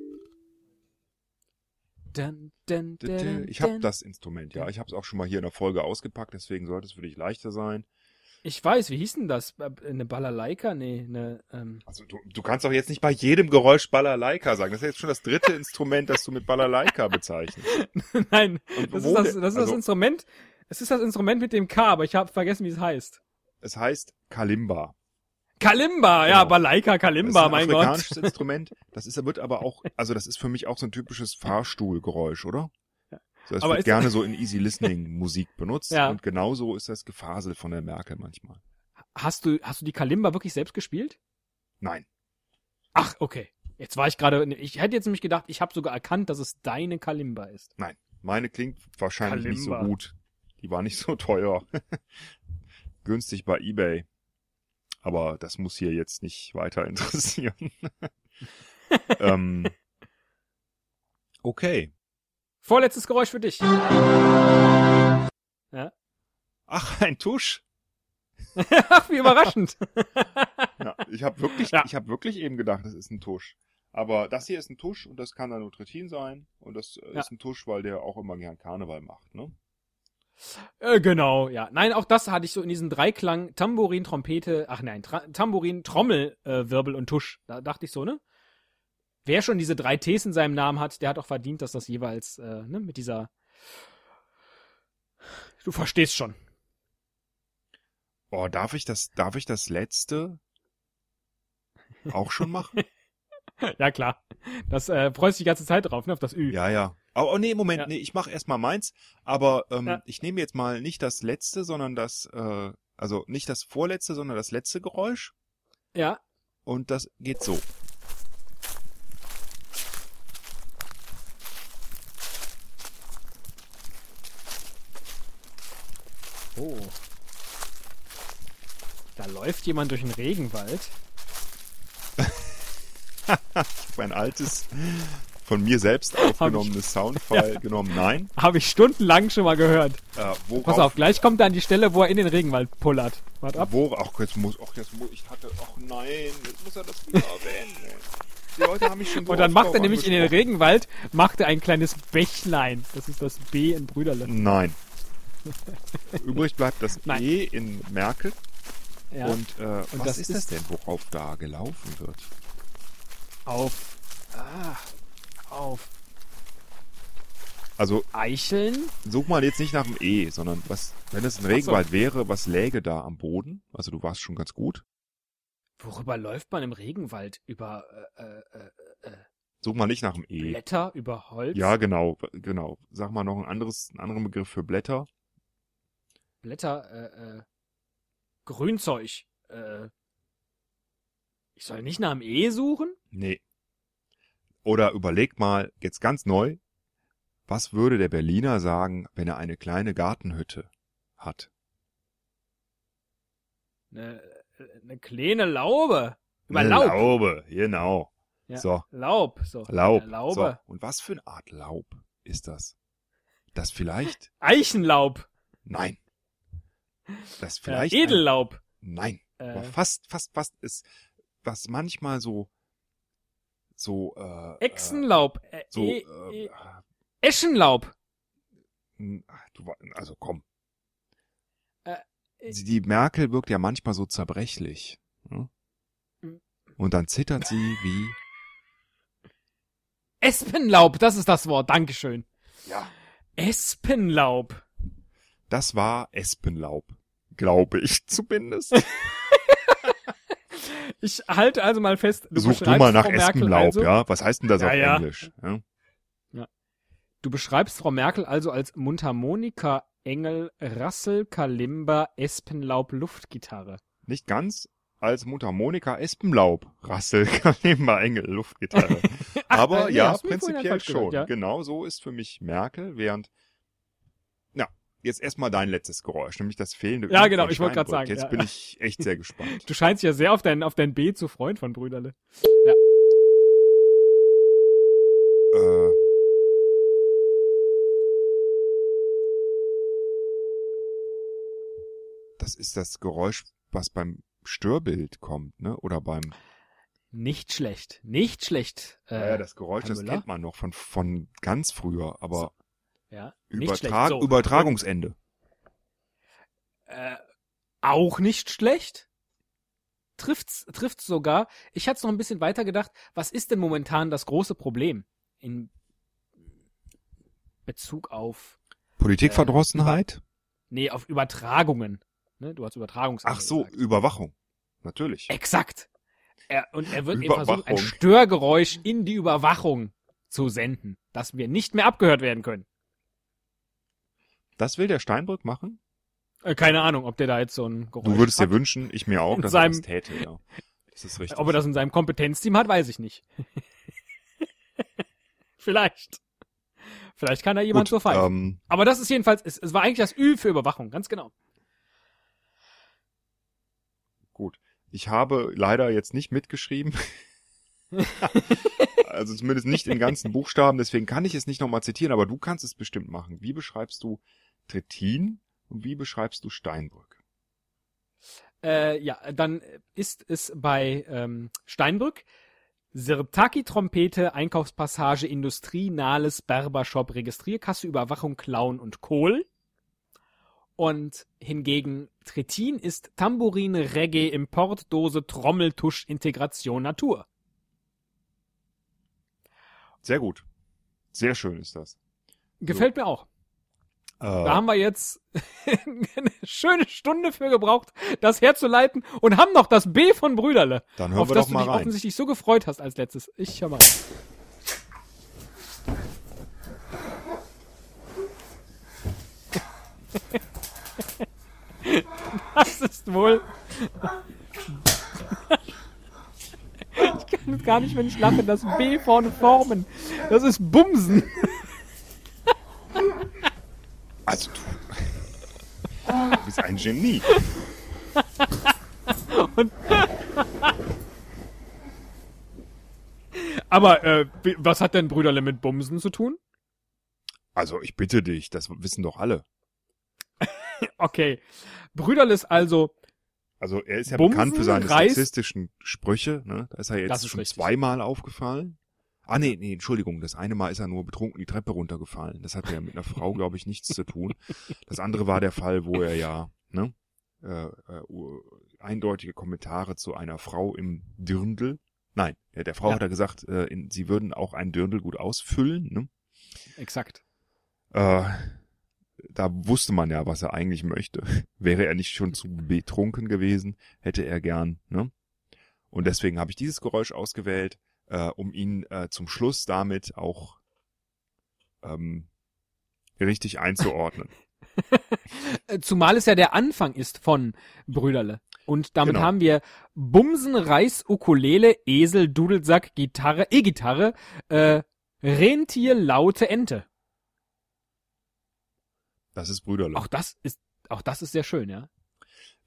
Speaker 2: Dun, dun, dun,
Speaker 1: Ich habe
Speaker 2: dun.
Speaker 1: das Instrument, ja. Ich habe es auch schon mal hier in der Folge ausgepackt, deswegen sollte es für dich leichter sein.
Speaker 2: Ich weiß, wie hieß denn das? Äh, Eine Balalaika? Nee, eine. Ähm,
Speaker 1: Also du, du kannst doch jetzt nicht bei jedem Geräusch Balalaika sagen. Das ist jetzt schon das dritte Instrument, das du mit Balalaika bezeichnest.
Speaker 2: Nein,
Speaker 1: Und
Speaker 2: das
Speaker 1: wo
Speaker 2: ist das, das,
Speaker 1: denn?
Speaker 2: ist das
Speaker 1: Also-
Speaker 2: Instrument. Es ist das Instrument mit dem K, aber ich habe vergessen, wie es heißt.
Speaker 1: Es heißt Kalimba.
Speaker 2: Kalimba, ja,
Speaker 1: Genau.
Speaker 2: Balaika Kalimba,
Speaker 1: das ist ein
Speaker 2: mein Gott.
Speaker 1: afrikanisches Instrument. Das ist, wird aber auch, also das ist für mich auch so ein typisches Fahrstuhlgeräusch, oder? So, das
Speaker 2: Aber
Speaker 1: wird
Speaker 2: ist-
Speaker 1: gerne so in Easy Listening Musik benutzt.
Speaker 2: Ja.
Speaker 1: Und genauso ist das Gefasel von der Merkel manchmal.
Speaker 2: Hast du, hast du die Kalimba wirklich selbst gespielt?
Speaker 1: Nein.
Speaker 2: Ach, okay. Jetzt war ich gerade, ich hätte jetzt nämlich gedacht, ich habe sogar erkannt, dass es deine Kalimba ist.
Speaker 1: Meine klingt wahrscheinlich nicht so
Speaker 2: Kalimba.
Speaker 1: gut. Die war nicht so teuer. Günstig bei eBay. Aber das muss hier jetzt nicht weiter interessieren. ähm, okay.
Speaker 2: Vorletztes Geräusch für dich.
Speaker 1: Ach, ein Tusch.
Speaker 2: Ach, wie überraschend.
Speaker 1: Ja, ich habe wirklich,
Speaker 2: Ja.
Speaker 1: ich habe wirklich eben gedacht, das ist ein Tusch. Aber das hier ist ein Tusch und das kann dann Nutritin sein. Und das äh,
Speaker 2: Ja.
Speaker 1: ist ein Tusch, weil der auch immer gern Karneval macht. Ne?
Speaker 2: äh, genau, ja. Nein, auch das hatte ich so in diesem Dreiklang Tambourin, Trompete, ach nein, Tra Tambourin, Trommel, äh, Wirbel und Tusch. Da dachte ich so, ne? Wer schon diese drei Ts in seinem Namen hat, der hat auch verdient, dass das jeweils, äh, ne, mit dieser. Du verstehst schon.
Speaker 1: Oh, darf ich das, darf ich das letzte auch schon machen?
Speaker 2: Ja, klar. Das äh, freust du die ganze Zeit drauf, ne? Auf das Ü.
Speaker 1: Ja, ja. Oh, oh nee, Moment,
Speaker 2: Ja.
Speaker 1: nee, ich mache erstmal meins, aber ähm,
Speaker 2: Ja.
Speaker 1: ich nehme jetzt mal nicht das letzte, sondern das, äh, also nicht das vorletzte, sondern das letzte Geräusch
Speaker 2: ja.
Speaker 1: und das geht so.
Speaker 2: Oh. Da läuft jemand durch den Regenwald.
Speaker 1: Mein altes, von mir selbst aufgenommenes Soundfile genommen. Nein,
Speaker 2: Habe ich stundenlang schon mal gehört.
Speaker 1: äh, worauf,
Speaker 2: Pass auf, gleich kommt er an die Stelle, wo er in den Regenwald pullert. Wart ab.
Speaker 1: Worauf, ach, jetzt muss, ach, jetzt muss, ich hatte, ach nein, jetzt muss er das wieder erwähnen. ey. Die Leute haben mich schon so
Speaker 2: Und dann
Speaker 1: oft
Speaker 2: macht er
Speaker 1: darauf
Speaker 2: nämlich in den
Speaker 1: angesprochen.
Speaker 2: Regenwald, macht er ein kleines Bächlein. Das ist das B in Brüderle.
Speaker 1: Nein. Übrig bleibt das
Speaker 2: Nein.
Speaker 1: E in Merkel.
Speaker 2: Ja.
Speaker 1: Und, äh, was
Speaker 2: das
Speaker 1: ist das
Speaker 2: ist-
Speaker 1: denn, worauf da gelaufen wird?
Speaker 2: auf, ah, auf
Speaker 1: Also
Speaker 2: Eicheln.
Speaker 1: such mal jetzt nicht nach dem E, sondern was, wenn es ein Regenwald wäre, was läge da am Boden? Also du warst schon ganz gut.
Speaker 2: Worüber läuft man im Regenwald? Über äh, äh,
Speaker 1: Such mal nicht nach dem
Speaker 2: äh,
Speaker 1: E.
Speaker 2: Blätter, über Holz?
Speaker 1: Ja, genau, genau. Sag mal noch ein anderes, einen anderen Begriff für Blätter.
Speaker 2: Blätter, äh, äh, Grünzeug. Äh, ich soll nicht nach dem E suchen?
Speaker 1: Nee. Oder überleg mal, jetzt ganz neu, was würde der Berliner sagen, wenn er eine kleine Gartenhütte hat?
Speaker 2: Eine, äh, eine kleine Laube. Über
Speaker 1: Eine
Speaker 2: Laub.
Speaker 1: Laube, genau.
Speaker 2: Ja.
Speaker 1: So,
Speaker 2: Laub. So.
Speaker 1: Laub.
Speaker 2: Eine
Speaker 1: So.
Speaker 2: Äh, Laube.
Speaker 1: Und was für eine Art Laub ist das? Das vielleicht?
Speaker 2: Eichenlaub.
Speaker 1: Nein. Das
Speaker 2: Äh,
Speaker 1: vielleicht? ein-
Speaker 2: Edellaub.
Speaker 1: Nein. Aber
Speaker 2: Äh,
Speaker 1: fast, fast, fast ist, was manchmal so, so, äh, äh,
Speaker 2: Echsenlaub. Äh,
Speaker 1: so,
Speaker 2: e
Speaker 1: äh,
Speaker 2: e Eschenlaub.
Speaker 1: N- ach, du wa- Also komm.
Speaker 2: Äh,
Speaker 1: Sie- die Merkel wirkt ja manchmal so zerbrechlich. Ne?
Speaker 2: Mhm.
Speaker 1: Und dann zittert sie wie.
Speaker 2: Espenlaub, das ist das Wort. Dankeschön.
Speaker 1: Ja.
Speaker 2: Espenlaub.
Speaker 1: Das war Espenlaub. Glaube ich zumindest.
Speaker 2: Ich halte also mal fest, du
Speaker 1: Such du
Speaker 2: beschreibst
Speaker 1: mal nach
Speaker 2: Frau Merkel
Speaker 1: Espenlaub,
Speaker 2: also,
Speaker 1: ja. Was heißt denn das
Speaker 2: Ja,
Speaker 1: auf
Speaker 2: ja.
Speaker 1: Englisch? Ja?
Speaker 2: Du beschreibst Frau Merkel also als Mundharmonika, Engel, Rassel, Kalimba, Espenlaub, Luftgitarre.
Speaker 1: Nicht ganz als Mundharmonika Espenlaub. Rassel, Kalimba, Engel, Luftgitarre.
Speaker 2: Ach,
Speaker 1: Aber
Speaker 2: äh,
Speaker 1: ja,
Speaker 2: hast du mir vorhin
Speaker 1: prinzipiell
Speaker 2: falsch
Speaker 1: schon.
Speaker 2: gesagt, ja.
Speaker 1: Genau so ist für mich Merkel, während. Na, jetzt erstmal dein letztes Geräusch, nämlich das fehlende.
Speaker 2: Ja,
Speaker 1: Ü von
Speaker 2: genau, ich wollte grad
Speaker 1: Steinbrück.
Speaker 2: sagen,
Speaker 1: Jetzt
Speaker 2: ja.
Speaker 1: bin ich echt sehr gespannt.
Speaker 2: Du scheinst ja sehr auf dein, auf dein B zu freuen von Brüderle. Ja.
Speaker 1: äh, das ist das Geräusch, was beim Störbild kommt, ne? Oder beim.
Speaker 2: Nicht schlecht, nicht schlecht. Äh,
Speaker 1: naja, das Geräusch,
Speaker 2: Herr
Speaker 1: das
Speaker 2: Müller?
Speaker 1: kennt man noch von, von ganz früher, aber
Speaker 2: ja, nicht
Speaker 1: Übertrag
Speaker 2: schlecht. So.
Speaker 1: Übertragungsende.
Speaker 2: äh, auch nicht schlecht. Trifft's, trifft's sogar. Ich hatte es noch ein bisschen weiter gedacht. Was ist denn momentan das große Problem in Bezug auf,
Speaker 1: Politikverdrossenheit?
Speaker 2: nee, auf Übertragungen? Ne, du hast Übertragungs.
Speaker 1: Ach so,
Speaker 2: Gesagt.
Speaker 1: Überwachung. Natürlich.
Speaker 2: Exakt. Er, und er wird eben versuchen, ein
Speaker 1: Überwachung.
Speaker 2: Störgeräusch in die Überwachung zu senden, dass wir nicht mehr abgehört werden können.
Speaker 1: Das will der Steinbrück machen?
Speaker 2: Äh, keine Ahnung, ob der da jetzt so ein Geräusch
Speaker 1: Du würdest dir
Speaker 2: packt.
Speaker 1: wünschen, ich mir auch,
Speaker 2: Oh, In
Speaker 1: dass er das
Speaker 2: seinem-
Speaker 1: täte, ja. Das ist richtig.
Speaker 2: Ob er das in seinem Kompetenzteam hat, weiß ich nicht. Vielleicht. Vielleicht kann da jemand so fallen.
Speaker 1: ähm,
Speaker 2: Aber das ist jedenfalls, es, es war eigentlich das Ü für Überwachung, ganz genau.
Speaker 1: Ich habe leider jetzt nicht mitgeschrieben. also zumindest nicht in ganzen Buchstaben, deswegen kann ich es nicht nochmal zitieren, aber du kannst es bestimmt machen. Wie beschreibst du Trittin und wie beschreibst du Steinbrück?
Speaker 2: Äh, ja, dann ist es bei ähm, Steinbrück Sirtaki Trompete, Einkaufspassage, Industrie, Nahles, Barbershop, Registrierkasse, Überwachung, Clown und Kohl. Und hingegen Tretin ist Tamburine, Reggae, Importdose, Trommeltusch, Integration, Natur.
Speaker 1: Sehr gut. Sehr schön ist das.
Speaker 2: Gefällt mir auch.
Speaker 1: Äh,
Speaker 2: Da haben wir jetzt eine schöne Stunde für gebraucht, das herzuleiten und haben noch das B von Brüderle,
Speaker 1: dann hören
Speaker 2: auf
Speaker 1: wir
Speaker 2: das
Speaker 1: doch
Speaker 2: du
Speaker 1: mal
Speaker 2: dich
Speaker 1: rein.
Speaker 2: offensichtlich so gefreut hast als letztes. Ich hör mal rein. Das ist wohl. Ich kann es gar nicht, wenn ich lache, das B vorne formen. Das ist Bumsen.
Speaker 1: Also du. Du bist ein Genie.
Speaker 2: Aber äh, wie- was hat denn Brüderle mit Bumsen zu tun?
Speaker 1: Also ich bitte dich, das wissen doch alle.
Speaker 2: Okay. Brüderle ist also
Speaker 1: Also er ist ja
Speaker 2: Bumsen,
Speaker 1: bekannt für seine
Speaker 2: Reis.
Speaker 1: sexistischen Sprüche. Ne? Da ist er
Speaker 2: Das
Speaker 1: jetzt
Speaker 2: ist
Speaker 1: schon
Speaker 2: richtig.
Speaker 1: zweimal aufgefallen. Ah nee, nee, Entschuldigung. Das eine Mal ist er nur betrunken die Treppe runtergefallen. Das hat ja mit einer Frau, glaube ich, nichts zu tun. Das andere war der Fall, wo er ja ne, äh, äh, u- eindeutige Kommentare zu einer Frau im Dirndl. Nein, der, der Frau
Speaker 2: Ja.
Speaker 1: hat er gesagt, äh, in, sie würden auch ein Dirndl gut ausfüllen. Ne?
Speaker 2: Exakt.
Speaker 1: äh, da wusste man ja, was er eigentlich möchte. Wäre er nicht schon zu betrunken gewesen, hätte er gern, ne? Und deswegen habe ich dieses Geräusch ausgewählt, äh, um ihn äh, zum Schluss damit auch ähm, richtig einzuordnen.
Speaker 2: Äh, Zumal es ja der Anfang ist von Brüderle. Und damit
Speaker 1: Genau.
Speaker 2: haben wir Bumsen, Reis, Ukulele, Esel, Dudelsack, Gitarre, E-Gitarre, äh, Rentier, Laute, Ente.
Speaker 1: Das ist Brüderle.
Speaker 2: Auch das ist, auch das ist sehr schön, ja.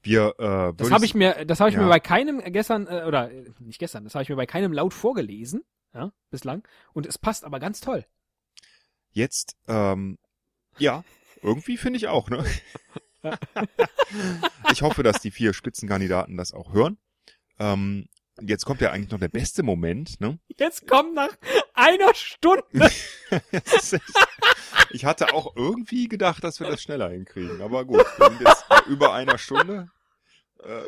Speaker 1: Wir, äh,
Speaker 2: Das
Speaker 1: würde
Speaker 2: habe ich mir, das habe ich
Speaker 1: Ja.
Speaker 2: mir bei keinem gestern äh, oder äh, nicht gestern, das habe ich mir bei keinem laut vorgelesen, ja, bislang. Und es passt aber ganz toll.
Speaker 1: jetzt, ähm, ja, irgendwie finde ich auch, ne? ich hoffe, dass die vier Spitzenkandidaten das auch hören. Ähm, jetzt kommt ja eigentlich noch der beste Moment, ne?
Speaker 2: Jetzt kommt nach einer Stunde.
Speaker 1: Das ist- ich hatte auch irgendwie gedacht, dass wir das schneller hinkriegen. Aber gut, wir sind jetzt bei über einer Stunde. Äh,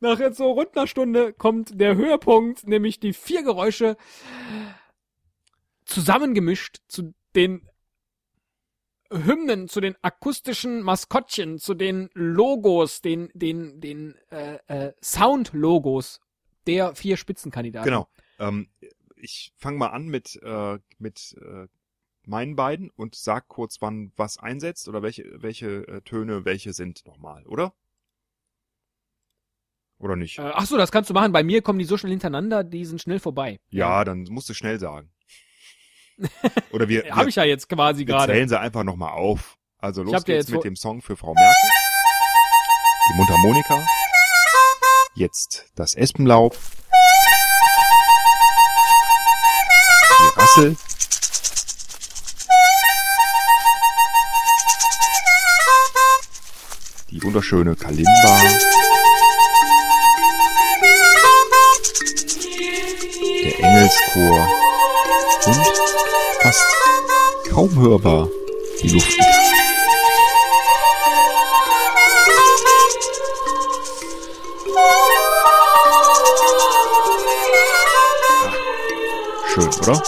Speaker 2: Nach jetzt so rund einer Stunde kommt der Höhepunkt, nämlich die vier Geräusche zusammengemischt zu den Hymnen, zu den akustischen Maskottchen, zu den Logos, den den den äh, äh, Sound-Logos der vier Spitzenkandidaten.
Speaker 1: genau. Ähm, ich fange mal an mit, äh, mit äh, meinen beiden und sag kurz, wann was einsetzt oder welche, welche äh, Töne welche sind nochmal, oder? Oder nicht?
Speaker 2: Äh, ach so, das kannst du machen. Bei mir kommen die so schnell hintereinander, die sind schnell vorbei.
Speaker 1: ja, dann musst du schnell sagen. Oder wir,
Speaker 2: Habe
Speaker 1: wir,
Speaker 2: ich ja jetzt quasi
Speaker 1: wir
Speaker 2: gerade.
Speaker 1: zählen sie einfach nochmal auf. Also los
Speaker 2: hab dir
Speaker 1: geht's
Speaker 2: jetzt
Speaker 1: mit
Speaker 2: vor-
Speaker 1: dem Song für Frau Merkel. Die Mundharmonika. Jetzt das Espenlaub. Die Rassel. Die wunderschöne Kalimba. Der Engelschor. Und fast kaum hörbar die Luft. Schön, oder?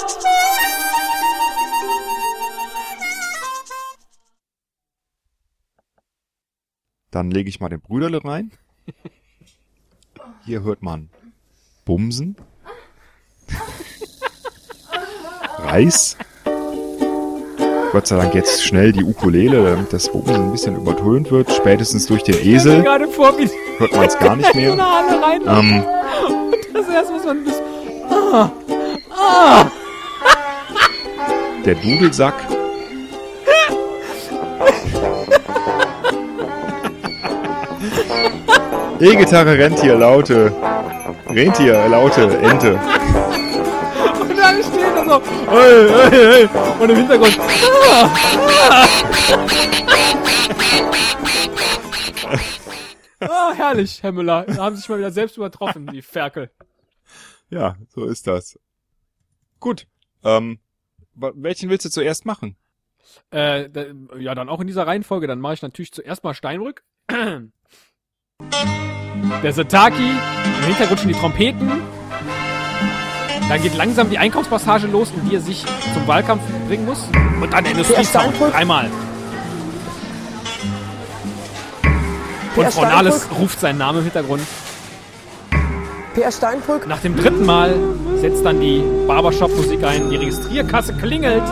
Speaker 1: Dann lege ich mal den Brüderle rein. Hier hört man Bumsen, Reis. Gott sei Dank jetzt schnell die Ukulele, damit das Bumsen ein bisschen übertönt wird. Spätestens durch den
Speaker 2: Ich stell mir
Speaker 1: Esel
Speaker 2: gerade vor, wie
Speaker 1: hört man es gar nicht
Speaker 2: so eine
Speaker 1: mehr.
Speaker 2: Halle rein.
Speaker 1: Ähm,
Speaker 2: Das erste, was man bis
Speaker 1: der Dudelsack. E-Gitarre, Rentier, Laute. Rentier, Laute, Ente.
Speaker 2: und dann steht da so. Hey, hey, hey. Und im Hintergrund. Ah, ah. Ah, herrlich, Herr Müller. Da haben sich mal wieder selbst übertroffen, die Ferkel.
Speaker 1: Ja, so ist das. Gut. Ähm, wa- welchen willst du zuerst machen?
Speaker 2: Äh, da, ja, dann auch in dieser Reihenfolge. Dann mache ich natürlich zuerst mal Steinbrück. Der Sataki. Im Hintergrund schon die Trompeten. Dann geht langsam die Einkaufspassage los, in die er sich zum Wahlkampf bringen muss. Und dann Industriesound.
Speaker 6: Steinbrück.
Speaker 2: Dreimal. Und
Speaker 6: Per
Speaker 2: Frau Nahles
Speaker 6: Steinbrück.
Speaker 2: ruft seinen Namen im Hintergrund.
Speaker 6: Peer Steinbrück,
Speaker 2: Nach dem dritten Mal setzt dann die Barbershop-Musik ein. Die Registrierkasse klingelt.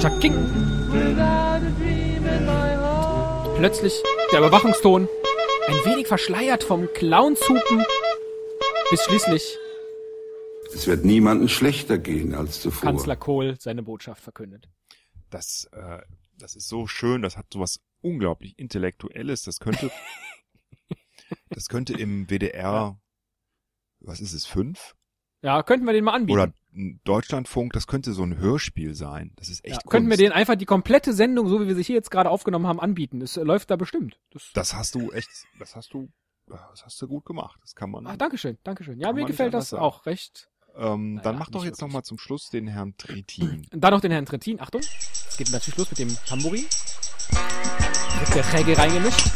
Speaker 2: Tschakking. Plötzlich der Überwachungston. Ein wenig verschleiert vom Clownshupen. Bis schließlich
Speaker 5: Es wird niemandem schlechter gehen als zuvor.
Speaker 2: Kanzler Kohl seine Botschaft verkündet.
Speaker 1: Das, äh, das ist so schön. Das hat sowas unglaublich Intellektuelles. Das könnte, das könnte im WDR, was ist es, fünf?
Speaker 2: Ja, könnten wir den mal anbieten.
Speaker 1: Oder ein Deutschlandfunk, das könnte so ein Hörspiel sein. Das ist echt
Speaker 2: ja,
Speaker 1: Kunst.
Speaker 2: könnten wir den einfach die komplette Sendung, so wie wir sie hier jetzt gerade aufgenommen haben, anbieten. Es äh, läuft da bestimmt. Das,
Speaker 1: Das hast du echt, das hast du, das hast du gut gemacht. Das kann man.
Speaker 2: ah, Dankeschön, Dankeschön. Ja,
Speaker 1: Kann
Speaker 2: mir
Speaker 1: man nicht
Speaker 2: gefällt
Speaker 1: anders
Speaker 2: das
Speaker 1: sagen.
Speaker 2: auch recht.
Speaker 1: ähm,
Speaker 2: Naja,
Speaker 1: dann mach doch
Speaker 2: nicht
Speaker 1: jetzt
Speaker 2: wirklich.
Speaker 1: nochmal zum Schluss den Herrn Tretin.
Speaker 2: Und dann noch den Herrn Trittin. Achtung, es geht natürlich los mit dem Tambourin. Wird der Träge reingemischt.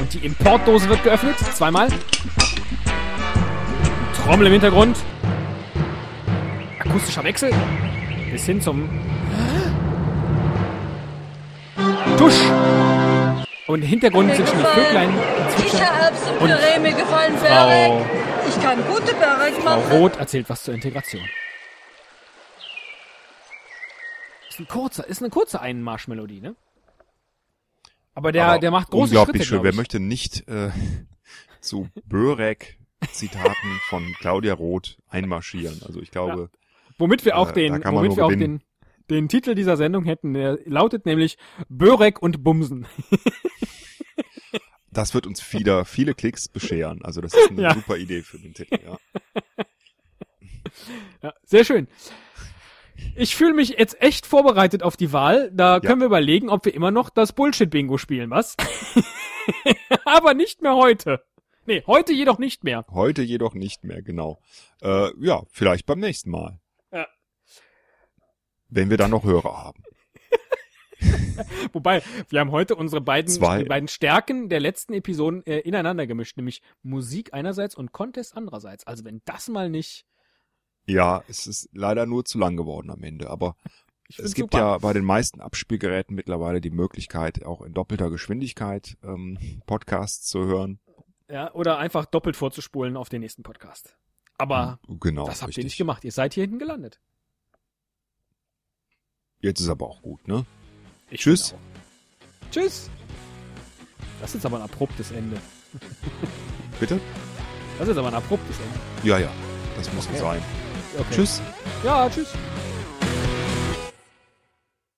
Speaker 2: Und die Importdose wird geöffnet. Zweimal. Trommel im Hintergrund. Akustischer Wechsel. Bis hin zum Tusch. Und im Hintergrund sind schon die Vöglein. die zwitschern.
Speaker 4: Kichererbsenpüree, mir gefallen Börek. Ich kann gute Börek
Speaker 2: Frau
Speaker 4: machen.
Speaker 2: Roth erzählt was zur Integration. Ist ein kurzer, ist eine kurze Einmarschmelodie, ne? Aber der,
Speaker 1: Aber
Speaker 2: der macht große
Speaker 1: Unglaublich
Speaker 2: Schritte,
Speaker 1: schön.
Speaker 2: glaub
Speaker 1: Wer
Speaker 2: ich.
Speaker 1: möchte nicht äh, zu Börek Zitaten von Claudia Roth einmarschieren? Also ich glaube,
Speaker 2: Womit wir auch
Speaker 1: Äh, da
Speaker 2: den,
Speaker 1: kann man
Speaker 2: womit
Speaker 1: nur
Speaker 2: wir auch den,
Speaker 1: gewinnen.
Speaker 2: den Titel dieser Sendung hätten. Der lautet nämlich Börek und Bumsen.
Speaker 1: das wird uns wieder viele Klicks bescheren. Also das ist eine
Speaker 2: Ja.
Speaker 1: super Idee für den Titel. Ja.
Speaker 2: Ja, sehr schön. Ich fühle mich jetzt echt vorbereitet auf die Wahl. Da können wir überlegen, ob wir immer noch das Bullshit-Bingo spielen, was? Aber nicht mehr heute. Nee, heute jedoch nicht mehr.
Speaker 1: Heute jedoch nicht mehr, genau. Äh, ja, vielleicht beim nächsten Mal.
Speaker 2: Ja.
Speaker 1: Wenn wir dann noch Hörer haben.
Speaker 2: Wobei, wir haben heute unsere beiden,
Speaker 1: Zwei.
Speaker 2: die beiden Stärken der letzten Episoden äh, ineinander gemischt, nämlich Musik einerseits und Contest andererseits. Also wenn das mal nicht...
Speaker 1: Ja, es ist leider nur zu lang geworden am Ende, aber
Speaker 2: Ich find's
Speaker 1: es gibt
Speaker 2: super.
Speaker 1: ja bei den meisten Abspielgeräten mittlerweile die Möglichkeit, auch in doppelter Geschwindigkeit ähm, Podcasts zu hören.
Speaker 2: ja. Oder einfach doppelt vorzuspulen auf den nächsten Podcast. Aber
Speaker 1: genau,
Speaker 2: das habt ihr
Speaker 1: richtig.
Speaker 2: nicht gemacht. Ihr seid hier hinten gelandet.
Speaker 1: Jetzt ist aber auch gut, ne?
Speaker 2: Ich
Speaker 1: Tschüss.
Speaker 2: bin auch. Tschüss. Das ist jetzt aber ein abruptes Ende.
Speaker 1: Bitte?
Speaker 2: Das ist aber ein abruptes Ende.
Speaker 1: Ja, ja, das muss sein.
Speaker 2: Okay.
Speaker 1: Tschüss.
Speaker 2: Ja, tschüss.